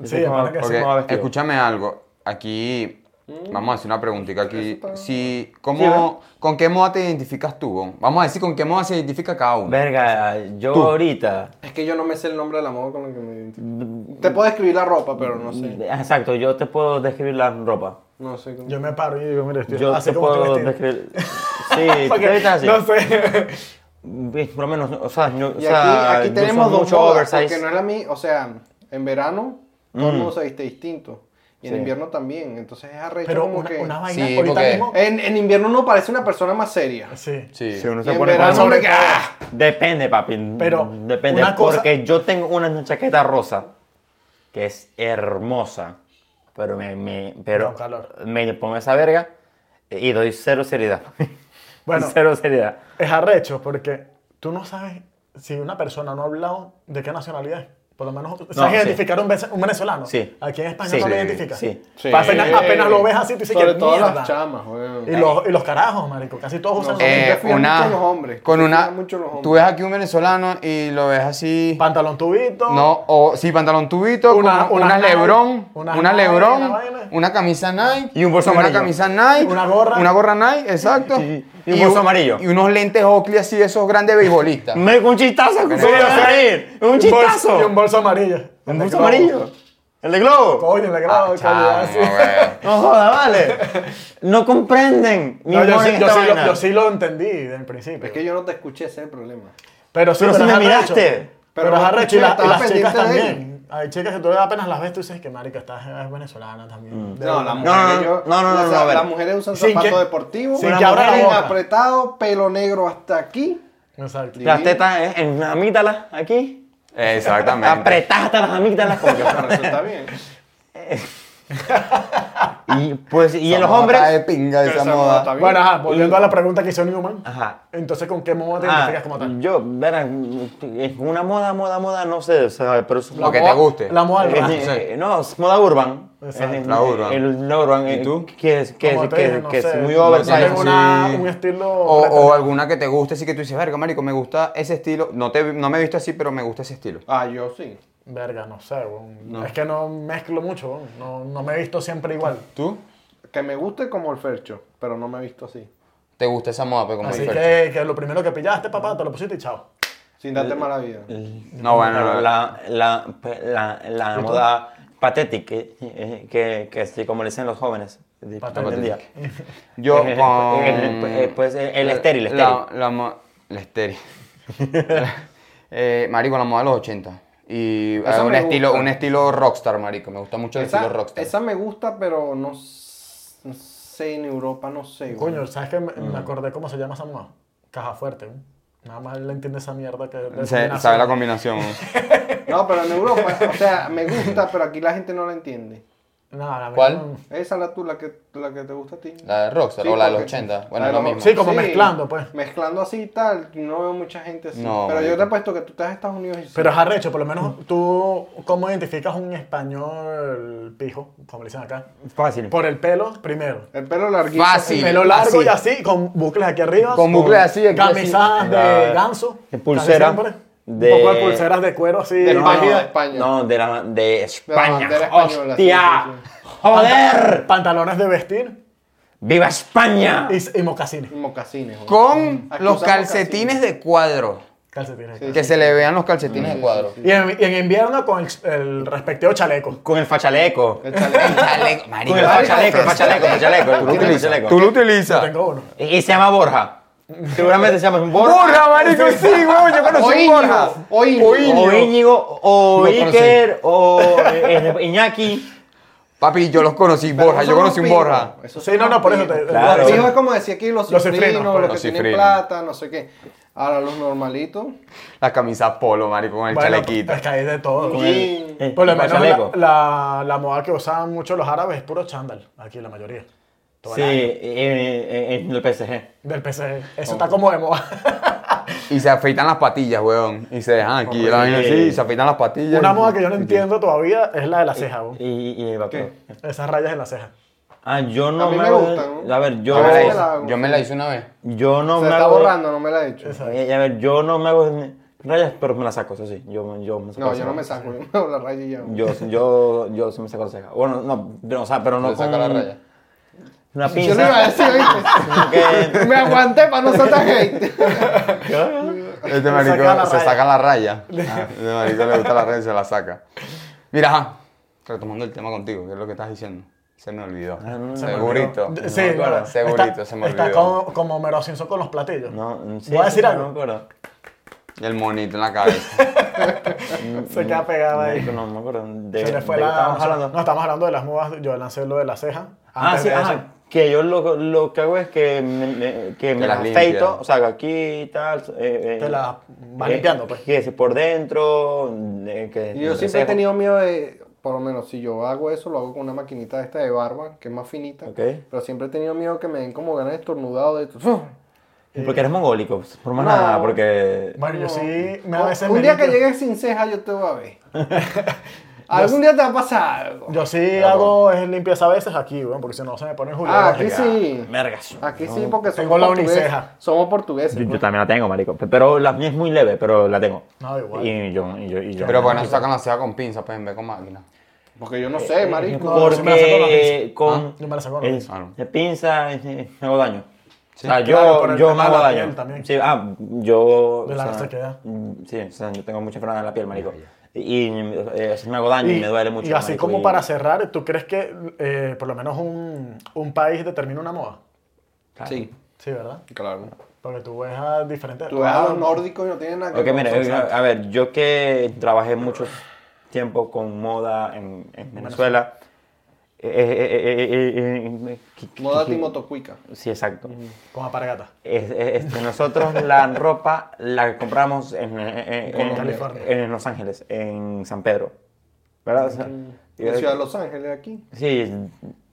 S3: Sí,
S4: sabes cómo va-
S3: hermano, que
S4: cómo
S1: Ok,
S4: va vestido.
S1: escúchame algo. Aquí,
S2: Mm.
S1: vamos a hacer una preguntita aquí. Si, ¿cómo,
S4: Sí, ¿verdad?
S1: ¿Con qué moda te identificas tú? Gon? Vamos a decir con qué moda se identifica cada uno.
S4: Verga, yo ahorita.
S2: Es que yo no me sé el nombre de la moda con la que me
S3: Mm.
S2: identifico. Te puedo describir la ropa, pero no sé.
S4: Mm, Exacto, yo te puedo describir la ropa.
S2: No sé cómo.
S3: Yo me paro y digo, mire, estoy
S4: Yo
S3: así
S4: te
S3: como
S4: puedo
S3: estoy vestido.
S4: describir. Sí, tú
S3: Porque,
S4: te vistes así.
S3: No sé.
S4: Ves, Por lo menos, o sea, yo, o
S2: Y
S4: sea,
S2: aquí, aquí
S4: yo soy
S2: tenemos dos
S4: mucho
S2: modas,
S4: oversize. Mm.
S2: porque no es la mi- O sea, en verano todo el mundo se viste distinto. Y en
S4: Sí.
S2: invierno también. Entonces es arrecho
S3: Pero
S2: como
S3: una,
S2: que...
S3: una vaina
S1: Sí, eh.
S3: ahorita
S1: porque-
S3: mismo.
S2: En, en invierno uno parece una persona más seria.
S3: Sí.
S1: Sí.
S4: Si uno
S2: Y
S4: se
S2: en
S4: pone
S2: verano,
S4: con-
S2: hombre, que- ah,
S4: Depende, papi.
S3: Pero,
S4: depende.
S3: una cosa-
S4: Porque yo tengo una chaqueta rosa que es hermosa, pero me, me- pero
S3: Da un calor.
S4: me pongo esa verga y doy cero seriedad.
S3: Bueno.
S4: cero seriedad.
S3: Es arrecho porque tú no sabes si una persona no ha hablado de qué nacionalidad es. Por lo menos sabes
S4: sí.
S3: identificar a un vez- un venezolano.
S4: Sí.
S3: Aquí en España
S4: Sí.
S3: no lo
S4: Sí.
S3: identificas.
S4: Sí.
S2: Sí.
S3: Apenas, apenas lo ves así, tú dices
S2: Sobre
S3: que
S2: todo
S3: mierda.
S2: las chamas, weón.
S3: Y los, y los carajos, marico. Casi todos usan
S2: No,
S3: los
S2: Eh,
S3: mismos.
S2: se fían mucho en los hombres,
S1: Con
S2: se
S1: una,
S2: fían mucho en los hombres.
S1: tú ves aquí un venezolano y lo ves así.
S3: pantalón tubito.
S1: No, o sí, pantalón tubito,
S3: Una-
S1: con
S3: una
S1: una,
S3: Nike,
S1: Lebron,
S3: una
S1: una,
S3: Nike,
S1: Lebron,
S3: una
S1: una,
S3: vaina.
S1: camisa Nike
S4: Y un bolso
S1: una
S4: amarillo.
S1: camisa Nike,
S3: Una gorra.
S1: una gorra Nike, exacto,
S4: Y- y un bolso amarillo.
S1: y unos lentes Oakley así de esos grandes beisbolistas.
S4: Me, un chistazo, ¿cómo
S3: Sí,
S4: me
S3: o
S4: vas
S3: sea,
S4: a ir? Un
S3: bolso-
S4: chistazo.
S3: Y un bolso amarillo.
S4: Un bolso amarillo. El de globo.
S3: Coño, le grabo.
S1: Ah, chamo, güey.
S4: No joda, vale. No comprenden. Mi
S3: No, yo,
S4: humor
S3: sí,
S4: en
S3: yo
S4: esta
S3: sí lo,
S4: vaina.
S3: yo sí lo entendí desde el principio.
S2: Es que yo no te escuché, ese es el problema.
S3: Pero sí,
S4: Pero si
S3: es
S4: me
S3: arrecho.
S4: miraste.
S3: Pero,
S2: Pero
S3: es
S2: no
S3: arrecho. Y,
S2: escuché,
S3: la- y
S2: estaba
S3: las chicas
S2: pendiente de él.
S3: también. Hay chicas que tú apenas las ves, tú dices que marica, esta es venezolana también. De
S2: No,
S3: verdad.
S2: las mujeres,
S4: no,
S2: yo-
S4: no, no, no,
S2: las-
S4: no, a ver.
S2: las mujeres usan
S3: Sin
S2: zapatos
S3: que-
S2: deportivos,
S3: sin
S2: las
S3: que abra la
S2: mujeres
S3: boca.
S2: apretado, pelo negro hasta aquí.
S3: Exacto.
S4: Las tetas eh, en las amígdalas aquí.
S1: Exactamente.
S4: Apretadas hasta las amígdalas. como que-
S2: Pero eso está bien.
S4: y pues, y
S1: Esa
S4: en los
S1: moda está de
S4: hombres.
S1: pinga esa,
S2: Esa moda
S1: moda.
S2: está bien.
S3: Bueno, ajá, volviendo a la pregunta que hizo Newman.
S4: Ajá.
S3: Entonces, ¿con qué moda te
S4: Ah,
S3: identificas como tal?
S4: Yo, verás, es una moda, moda, moda, no sé, o sea, pero es
S1: Lo que te guste.
S3: La moda del
S4: Es-
S3: rato.
S4: eh, no, es moda urban.
S3: Exacto.
S4: Es-
S1: La urban.
S4: el- la urban. ¿Y
S1: tú?
S4: Que es, que
S3: Como
S4: es,
S3: te
S4: que,
S3: dije, no
S4: que es
S3: sé,
S4: muy
S3: no
S4: oversized.
S3: tengo una- un estilo
S1: O,
S3: retro.
S1: o alguna que te guste, así que tú dices, verga, marico, me gusta ese estilo. No, te, no me he visto así, pero me gusta ese estilo.
S2: Ah, yo sí.
S3: Verga, no sé, weón. Es que no mezclo mucho, weón. no, no me he visto siempre igual.
S1: ¿Tú?
S2: Que me guste como el fercho, pero no me he visto así.
S1: ¿Te gusta esa moda? Pues, como
S3: Así
S1: dice el
S3: que, que lo primero que pillaste, papá, te lo pusiste y chao.
S2: Sin darte mala vida.
S1: No, bueno, no, no.
S4: La, la, la, la moda patética, eh, que, que así como le dicen los jóvenes. de-
S3: Patética.
S4: hoy en día.
S1: Yo
S4: Eh,
S1: con...
S4: eh, eh, pues, eh, el estéril, el
S1: La, la mo- la estéril. eh, marico, la moda de los 80. Y eh,
S2: Esa
S1: un
S2: me
S1: estilo,
S2: gusta.
S1: un estilo rockstar, marico. Me gusta mucho el
S2: Esa,
S1: estilo rockstar.
S2: esa me gusta, pero no, s- no sé, en Europa no sé. güey.
S3: Coño, ¿sabes qué? Me, me acordé cómo se llama esa moda. Caja fuerte, weón. Nada más le entiende esa mierda que... de
S1: Se-
S3: combinación.
S1: sabe la combinación.
S2: No, pero en Europa, o sea, me gusta, pero aquí la gente no la entiende.
S3: Nada, la
S1: ¿Cuál?
S3: verdad,
S2: Esa es la tú, la que, la que te gusta a ti.
S1: la de rockstar
S2: Sí,
S1: o la de los
S2: porque-
S1: 80.
S2: la
S1: Bueno,
S2: de
S1: es lo
S2: los-
S1: mismo.
S3: Sí, como mezclando, pues.
S2: Mezclando así y tal, no veo mucha gente así.
S1: No,
S2: pero yo te
S1: marico.
S2: apuesto que tú estás en Estados Unidos y sí.
S3: Pero es arrecho, por lo menos tú, ¿cómo identificas un español pijo, como le dicen acá?
S4: Fácil.
S3: Por el pelo, primero.
S2: el pelo larguito.
S1: Fácil.
S3: pelo largo
S1: así.
S3: y así, con bucles aquí arriba.
S1: Con bucles así, aquí
S3: Camisas
S1: así.
S3: de
S4: La-
S3: ganso.
S4: de pulsera,
S3: casi siempre.
S4: de-
S3: Un poco de pulseras de cuero así.
S2: Del
S3: No,
S2: Página de España.
S4: No, de, la, de España.
S2: bandera española,
S4: ¡Hostia!
S2: sí, sí,
S4: ¡Joder!
S3: Pantalones de vestir
S4: ¡Viva España!
S3: y, y mocasines.
S2: Y mocasines. güey.
S1: Con
S2: Aquí
S1: los
S2: usamos
S1: calcetines de cuadro.
S3: Calcetines.
S2: Sí.
S1: Que se le vean los calcetines de cuadro.
S3: Y, en, y en invierno con el, el respectivo chaleco.
S4: Con el fachaleco.
S2: El chaleco.
S1: Chaleco, marico.
S4: Con el fachaleco, el fachaleco, el fachaleco. el
S1: Tú lo utilizas.
S4: fachaleco.
S1: Tú lo utilizas.
S3: Tengo uno.
S4: Y, y se llama Borja. Seguramente se llama Borja.
S1: Borja, marico, sí, huevón, yo
S2: O
S1: conocí un
S2: Íñigo,
S1: Borja.
S2: o Íñigo.
S4: O Íñigo, o
S1: Lo conocí.
S4: Iker, o eh, eh, Iñaki.
S1: Papi, yo los conocí,
S2: Pero
S1: Borja,
S2: esos
S1: yo
S2: son
S1: conocí un
S2: pijos,
S1: Borja.
S2: esos
S3: Sí,
S2: son
S3: no, no, por eso te-
S2: pijos.
S4: Claro.
S2: Los pijos es como decir aquí los
S3: Los
S2: cifrinos,
S3: cifrinos,
S2: los
S1: los
S2: que tienen
S1: cifrinos.
S2: plata, no sé qué. Ahora los normalitos.
S1: La camisa polo, marico, con el
S3: Bueno,
S1: chalequito.
S3: Es que hay de todo.
S2: Con el-
S4: Eh,
S3: Por lo menos la,
S4: fachaleco.
S3: la- la moda que usaban mucho los árabes es puro chándal. Aquí la mayoría. Todo
S4: Sí,
S3: el año.
S4: eh, eh, en el PSG.
S3: Del PC. Eso está como de moda.
S1: Y se afeitan las patillas, weón. Y se dejan aquí,
S4: Hombre.
S1: la vaina así, y se afeitan las patillas.
S3: Una moda que yo no entiendo todavía es la de la ceja. weón.
S4: Y, y el vaquero.
S3: Esas rayas en la ceja.
S4: Ah, yo no
S2: A mí me
S4: lo-
S2: gusta, ¿no?
S4: A ver, yo,
S1: Yo me la hice,
S2: la hago,
S1: yo me la hice una vez.
S4: yo no
S2: Se
S4: me
S2: está
S4: hago-
S2: borrando, no me la he hecho.
S4: A ver, yo no me hago ni- rayas, pero me las saco, eso sí. Yo, yo me saco
S2: No,
S4: las
S2: yo no me
S4: cejas.
S2: saco, yo me hago la raya y ya.
S4: Yo, yo, yo sí me saco las cejas. Bueno, no, pero, o sea, pero no
S1: Le saca la
S4: con
S1: raya.
S4: Una
S2: Yo lo iba a
S4: pinza.
S2: decir, ¿viste?
S4: que-
S2: Me aguanté para no ser tan hate.
S1: Este
S3: saca
S1: marico
S3: la
S1: se
S3: raya.
S1: saca la raya. Ah, Este marico le gusta la raya y se la saca. Mira, ajá, retomando el tema contigo, ¿qué es lo que estás diciendo? Se me olvidó. Segurito.
S3: D-
S1: No
S3: Sí,
S1: me acuerdo.
S3: no,
S1: Segurito,
S3: está-
S1: se me olvidó.
S3: Está como, como Homero Simpson con los platillos.
S4: No, mm, sí,
S3: Voy a decir
S4: no
S3: algo.
S4: me acuerdo.
S1: Y el monito en la cabeza.
S3: Se queda pegado ahí.
S4: No, no me acuerdo. De,
S3: Se le fue
S4: de
S3: la.
S4: qué estábamos hablando.
S3: No, estamos hablando de las mudas. Yo lancé lo de la ceja.
S4: Ah,
S3: Antes
S4: sí,
S3: de eso.
S4: ajá. Que yo lo, lo que hago es que me, me- que me
S1: las
S4: las
S1: limpias.
S4: afeito, o sea, aquí y tal. eh, eh,
S3: Te las vas
S4: eh,
S3: limpiando, pues.
S4: Que si por dentro. eh, que
S2: Y yo
S4: el
S2: siempre he
S4: cejo.
S2: tenido miedo de, por lo menos si yo hago eso, lo hago con una maquinita esta de barba, que es más finita.
S4: Ok.
S2: Pero siempre he tenido miedo que me den como ganas de estornudado de esto.
S4: Eh, Porque eres mongólico, pues, por más
S2: No.
S4: nada, porque.
S3: Bueno, yo sí. Me a veces
S2: Un
S3: me
S2: día que
S3: limpio.
S2: llegues sin ceja yo te voy a ver. Algún día te va a pasar algo.
S3: Yo sí hago es limpieza a veces aquí, weón, porque si no se me pone Julio.
S2: Ah, aquí sí.
S4: Vergas.
S3: Ah,
S2: Aquí sí, porque
S3: Tengo
S2: somos
S3: la
S2: portugueses.
S3: uniceja.
S2: Somos portugueses.
S4: Yo, yo también la tengo, marico. pe- Pero la mía es muy leve, pero la tengo.
S3: No, igual.
S4: Y yo. Y yo, y yo
S1: Pero bueno, se sacan la ceja con pinza, pues en vez con máquina.
S2: Porque yo no sé, marico.
S3: Eh, no, sí me la saco con la pinza.
S4: Porque con.
S3: Yo me la saco con la
S4: el-
S3: pinza.
S1: Ah, no.
S4: La pinza eh, me hago daño. o sea,
S3: claro, por
S4: yo,
S3: el
S4: yo me
S3: tema de
S4: hago
S3: la
S4: daño.
S3: piel también.
S4: Sí, ah, yo.
S3: De
S4: o
S3: la
S4: sea,
S3: resequedad.
S4: mm, Sí, o sea, yo tengo mucha franja en la piel, marico. Y, y, eh, así me hago daño y, me duele mucho.
S3: Y así
S4: marico,
S3: como para cerrar, ¿tú crees que eh, por lo menos un, un país determina una moda?
S4: Claro.
S2: Sí,
S3: Sí, ¿verdad?
S2: claro.
S3: Porque tú ves a diferentes.
S2: Tú ves a los nórdicos y no tienen nada que
S4: Ok,
S2: ver.
S4: mira, eh, a a ver, yo que trabajé mucho tiempo con moda en, en Venezuela. eh, eh, eh, eh, eh, eh,
S2: Moda Timotocuica.
S4: Sí, exacto.
S3: Con apargata.
S4: Es- es- este, nosotros la ropa la compramos en, en- en-
S3: En California.
S4: en Los Ángeles, en San Pedro. ¿Verdad? O sea,
S2: En Ciudad de Los Ángeles, aquí.
S4: Sí.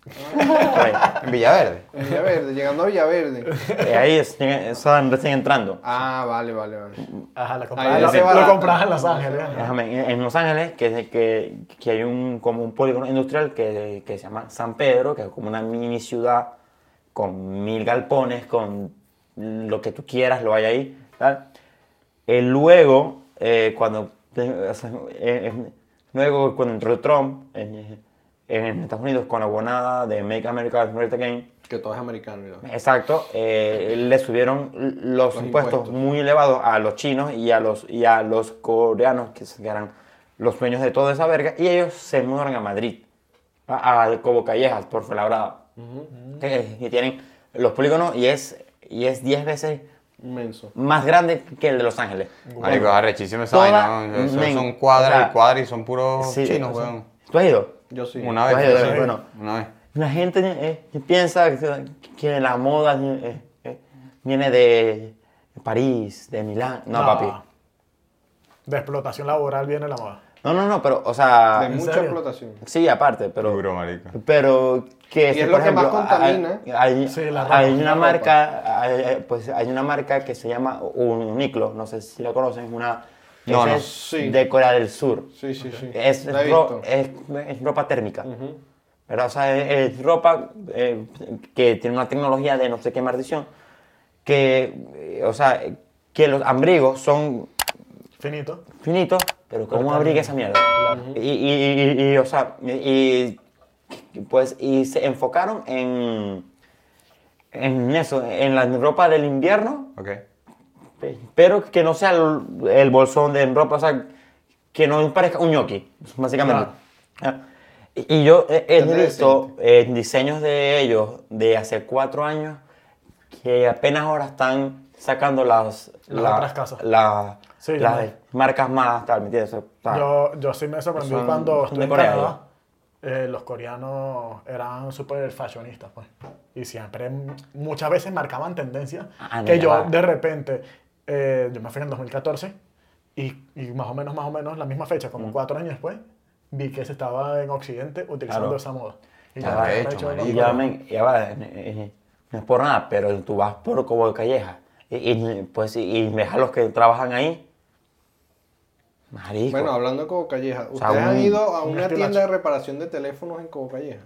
S4: por ahí.
S2: Ah.
S1: En Villaverde.
S2: En Villaverde, llegando a Villaverde.
S4: Eh, ahí es- están recién entrando.
S2: Ah, vale, vale, vale.
S3: Ajá, la
S2: Ahí
S3: compras, lo-
S2: se
S3: lo,
S2: barata.
S3: compras en Los Ángeles.
S4: Déjame, En en Los Ángeles, que, que, que hay un, como un polígono industrial que, que se llama San Pedro, que es como una mini ciudad con mil galpones, con lo que tú quieras, lo hay ahí. tal. Eh, luego, eh, cuando, eh, o sea, eh, eh, luego, cuando entró Trump en, en Estados Unidos con la guanada de Make America Great Again,
S2: Que todo es americano, mira.
S4: Exacto, eh, le subieron los,
S2: Los
S4: impuestos,
S2: impuestos.
S4: muy elevados a los chinos y a los, y a los coreanos, que se- que eran los dueños de toda esa verga, y ellos se mudaron a Madrid, a, a Cobo Callejas, por Felabrada. Que- que tienen los polígonos y es y es 10 veces
S2: Inmenso.
S4: más grande que el de Los Ángeles.
S1: Marico, arrechísimo esa
S4: Toda-
S1: vaina. ¿no? Eso
S4: men,
S1: son cuadras
S4: o sea,
S1: y cuadras y son puros
S4: Sí,
S1: chinos,
S4: o sea,
S1: weón.
S4: ¿Tú has ido?
S2: Yo sí.
S1: Una
S4: Oye,
S1: vez.
S4: oye, bueno.
S1: Una vez.
S4: La gente eh, piensa que- que la moda eh, eh, viene de París, de Milán. No, papi.
S3: De explotación laboral viene la moda.
S4: No, no, no, pero, o sea.
S2: De mucha
S3: serio?
S2: explotación.
S4: Sí, aparte, pero.
S1: Duro, marico.
S4: Pero que. este,
S2: es
S4: por
S2: lo que más
S4: ejemplo,
S2: contamina.
S4: Hay, hay-
S3: Sí, la ropa,
S4: hay
S2: la
S4: una
S2: ropa.
S4: marca. hay- hay- pues hay una marca que se llama Uniqlo. No sé si la conocen. Es una.
S1: No,
S4: esa
S1: no.
S4: es
S2: Sí.
S4: De Corea del Sur.
S2: Sí, sí, sí.
S4: Es,
S2: La he
S4: es ro-
S2: visto.
S4: es- es ropa térmica. ¿verdad? O sea, es, es ropa eh, que tiene una tecnología de no sé qué maldición. Que, eh, o sea, que los abrigos son
S3: Finito.
S4: finito, pero como abriga esa mierda. Y, y, y- y- y, o sea, y, y, pues, y se enfocaron en, en eso, en la ropa del invierno,
S1: Ok.
S4: pe- pero que no sea el, el bolsón de ropa, o sea, que no parezca un ñoqui, básicamente. Ah, Y, y yo he, he
S2: Bastante
S4: visto eh, diseños de ellos de hace cuatro años que apenas ahora están sacando las,
S3: Las
S4: la-
S3: otras casas.
S4: la-
S3: Sí,
S4: las
S3: yo-
S4: marcas más tal, ¿me entiendes? O sea,
S3: Yo, yo sí me sorprendí
S4: Son-
S3: cuando
S4: son
S3: estuve
S4: de
S3: en
S4: Corea,
S3: Canadá. eh, los coreanos eran súper fashionistas, pues. Y siempre, mm, muchas veces marcaban tendencias
S4: Ah, no,
S3: que
S4: ya
S3: yo
S4: va.
S3: de repente, eh, yo me fui en 2014 y, y más o menos, más o menos, la misma fecha, como cuatro años después, vi que se estaba en Occidente utilizando
S4: Claro.
S3: esa moda. Y
S1: Ya
S3: yo,
S1: lo
S3: "Ah,
S1: he
S3: está
S1: hecho,
S3: hecho,
S1: marico".
S4: Y
S3: ¿no?".
S4: ya, men, ya va, eh, eh, no es por nada, pero tú vas por como de calleja. Y, y, pues, y, y ves a los que trabajan ahí. Marico.
S2: Bueno, hablando de Cobo Calleja, ¿ustedes
S4: un-
S2: han ido a una
S3: estilacho.
S2: tienda de reparación de teléfonos en Cobo Calleja?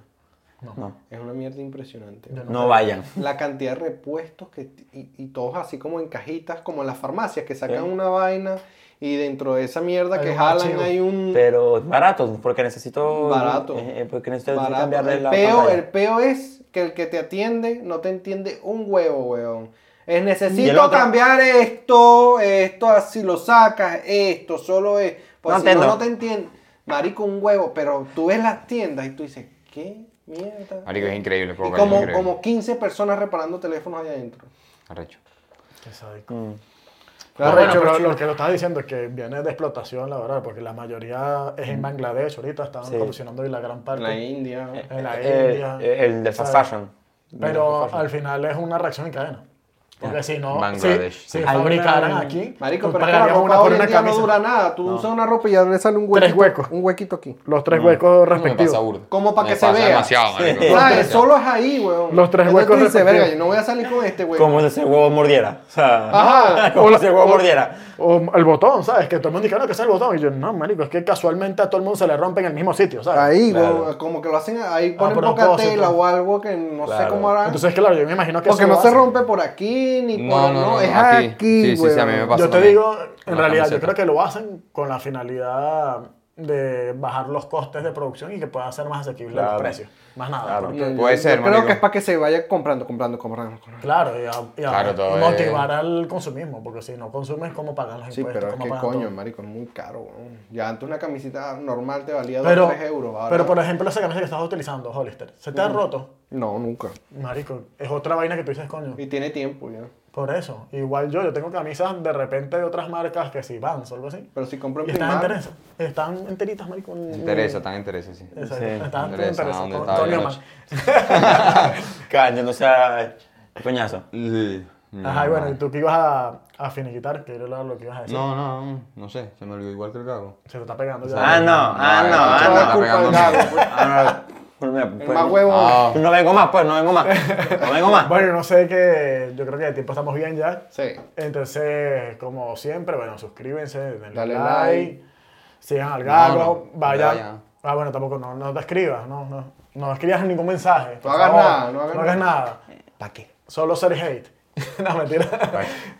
S4: No.
S2: Es una mierda impresionante.
S3: Yo no.
S4: No vayan.
S2: La cantidad de repuestos que y, y todos así como en cajitas, como en las farmacias, que sacan
S4: Sí.
S2: una vaina y dentro de esa mierda
S3: Hay
S2: que
S3: un
S2: jalan
S3: archivo.
S2: hay un
S4: Pero barato, porque necesito.
S2: Barato.
S4: eh, eh, porque necesito
S2: barato.
S4: cambiarle
S2: El
S4: la.
S2: peo,
S4: pantalla.
S2: el peo es que el que te atiende no te entiende un huevo, weón. Es
S4: Y el
S2: necesito
S4: otro-
S2: cambiar esto, esto, así lo sacas, esto, solo es. Pues
S4: No
S2: si no,
S4: entiendo.
S2: no te entiende. Marico, un huevo, pero tú ves las tiendas y tú dices, ¿qué mierda?
S1: Marico, es increíble.
S2: Y
S1: Poco, es
S2: como,
S1: increíble.
S2: como 15 personas reparando teléfonos allá adentro.
S1: Arrecho.
S3: Qué sádico.
S4: Mm.
S3: No,
S2: Arrecho,
S3: bueno, pero
S2: chino.
S3: lo que lo estás diciendo es que viene de explotación laboral, porque la mayoría es en Bangladesh, ahorita están
S4: Sí.
S3: colisionando y la gran parte.
S2: La India.
S3: en la
S4: Eh,
S3: India.
S4: eh, el de fast
S3: ¿sabes?
S4: fashion.
S3: Pero al final es una reacción en cadena. Porque si no, si,
S1: Bangladesh.
S3: si
S4: Alguna-
S3: fabricaran aquí,
S2: Marico, pero es
S3: pues
S2: que la
S3: pagaríamos
S2: ropa
S3: una por
S2: hoy en
S3: una
S2: día no
S3: camisa.
S2: dura nada. Tú usas una ropa y ya le sale un huequito,
S3: Tres huecos.
S2: Un huequito aquí.
S3: Los tres huecos
S1: Me pasa
S3: respectivos.
S1: burda.
S2: Como para
S1: Me
S2: que se
S1: pasa
S2: vea.
S1: demasiado, marico.
S4: Sí.
S1: me pasa
S2: ¿Sabes?
S1: demasiado.
S2: Solo es ahí, weón.
S3: Los
S2: Entonces
S3: tres
S2: tú
S3: huecos
S2: dices,
S3: repetidos.
S2: verga, yo no voy a salir con este, weón.
S4: Como si ese huevo mordiera. O sea,
S2: Ajá.
S4: como
S3: O la-
S4: si ese huevo
S3: o-
S4: mordiera.
S3: O el botón, ¿sabes? Que todo el mundo dice, no, que es el botón. Y yo, no, marico, es que casualmente a todo el mundo se le rompe en el mismo sitio, ¿sabes?
S2: Ahí,
S4: Claro.
S2: weón. Como que lo hacen ahí, ponen
S3: Ah, pero no
S2: poca
S3: puedo hacer
S2: tela
S3: todo.
S2: o algo que no sé
S4: Claro.
S2: cómo harán.
S3: Entonces, claro, yo me imagino que
S2: Porque
S3: eso
S2: no
S3: lo
S2: se
S3: hacen.
S2: rompe por aquí ni por.
S1: No, no, no,
S2: es
S1: aquí.
S2: aquí,
S1: Sí, sí, sí, a mí me
S2: weón.
S1: pasa
S3: Yo te
S1: también.
S3: digo, en
S1: la
S3: realidad, yo
S1: camiseta.
S3: creo que lo hacen con la finalidad de bajar los costes de producción y que pueda ser más asequible
S4: Claro.
S3: el precio. Más nada.
S4: Claro.
S3: porque-
S2: No, yo-
S1: Puede
S2: yo
S1: ser,
S2: creo
S1: marico.
S2: que es para que se vaya comprando, comprando, comprando. comprando.
S3: claro, y, a- y a-
S1: Claro, todo
S3: motivar al consumismo, porque si no consumes, ¿cómo pagan los
S2: Sí,
S3: impuestos?
S2: pero es
S3: ¿Cómo
S2: que
S3: pagan
S2: coño,
S3: todo?
S2: marico, es muy caro, weón. Ya antes una camisita normal te valía 2
S3: Pero,
S2: 3 euros. ahora-
S3: pero, por ejemplo, esa camisa que estás utilizando, Hollister, se te ha roto.
S2: No, nunca.
S3: Marico, es otra vaina que tú dices, coño.
S2: Y tiene tiempo ya.
S3: Por eso, igual yo, yo tengo camisas de repente de otras marcas que si Vans o algo así.
S2: Pero si compro
S3: Y
S2: en
S3: están
S2: primar,
S3: enteras. Están enteritas, marico. ni-
S1: Interesa, tan interesa, sí.
S3: Exacto,
S4: Sí.
S3: están
S1: Interesa,
S3: enteras.
S1: ¿dónde
S3: Con-
S1: estaba
S3: con
S1: yo
S3: Neumann.
S1: anoche?
S4: Caño, no sea coñazo.
S3: Ajá, y bueno, ¿y tú qué ibas a, a finiquitar? Que era lo que ibas a decir.
S1: Mm, No, no, no, no sé, se me olvidó igual que el cago.
S3: Se te está pegando ya.
S4: Ah, no, ah, no,
S1: esto
S4: ah,
S1: me
S4: no.
S1: está pegando.
S2: Culpa del gago.
S4: Ah, no, no,
S2: el
S4: pues,
S2: más huevo.
S1: Ah,
S4: No vengo más, pues, no vengo más. No vengo más.
S3: Bueno, no sé que yo creo que de tiempo estamos bien ya.
S2: Sí.
S3: Entonces, como siempre, bueno, suscríbense, denle
S2: Dale
S3: like,
S2: like.
S3: sigan al gago,
S1: No, no,
S3: vayan.
S1: vayan.
S3: Ah, bueno, tampoco, no, no te escribas, no, no, no escribas ningún mensaje. por
S2: hagas
S3: favor.
S2: nada, no hagas
S3: nada.
S2: ¿Para qué?
S3: Solo ser hate. no, mentira.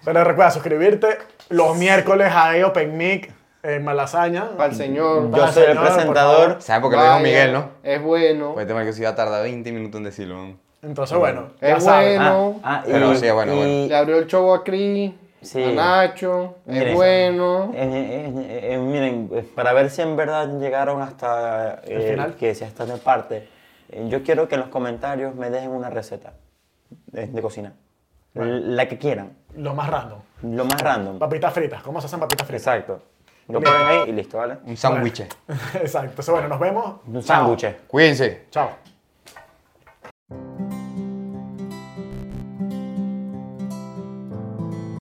S3: Pero recuerda suscribirte los miércoles a Open Mic en Malasaña.
S2: Para el señor.
S4: Yo soy el
S3: Señor, por
S4: presentador.
S1: ¿Sabes por qué lo dijo
S2: Vaya,
S1: Miguel, no?
S2: Es bueno.
S1: Pues tema que se iba a tardar 20 minutos en decirlo. ¿no?
S3: Entonces, bueno,
S2: Es
S3: ya saben.
S2: bueno.
S4: Ah, ah,
S1: Pero sí, bueno, bueno.
S2: Le abrió el show a Cris,
S4: Sí.
S2: a Nacho. Es
S4: Miren.
S2: bueno.
S4: Eh, eh, eh, eh, miren, eh, para ver si en verdad llegaron hasta eh,
S3: El final.
S4: que si hasta mi parte, eh, yo quiero que en los comentarios me dejen una receta de, de cocina, la que quieran,
S3: lo más random.
S4: lo más random.
S3: Papitas fritas, ¿cómo se hacen papitas fritas?
S4: Exacto. Lo ponen ahí y listo, ¿vale?
S1: Un sándwich.
S3: Exacto. Entonces, bueno, nos vemos.
S4: Un sándwich.
S1: Cuídense.
S3: Chao.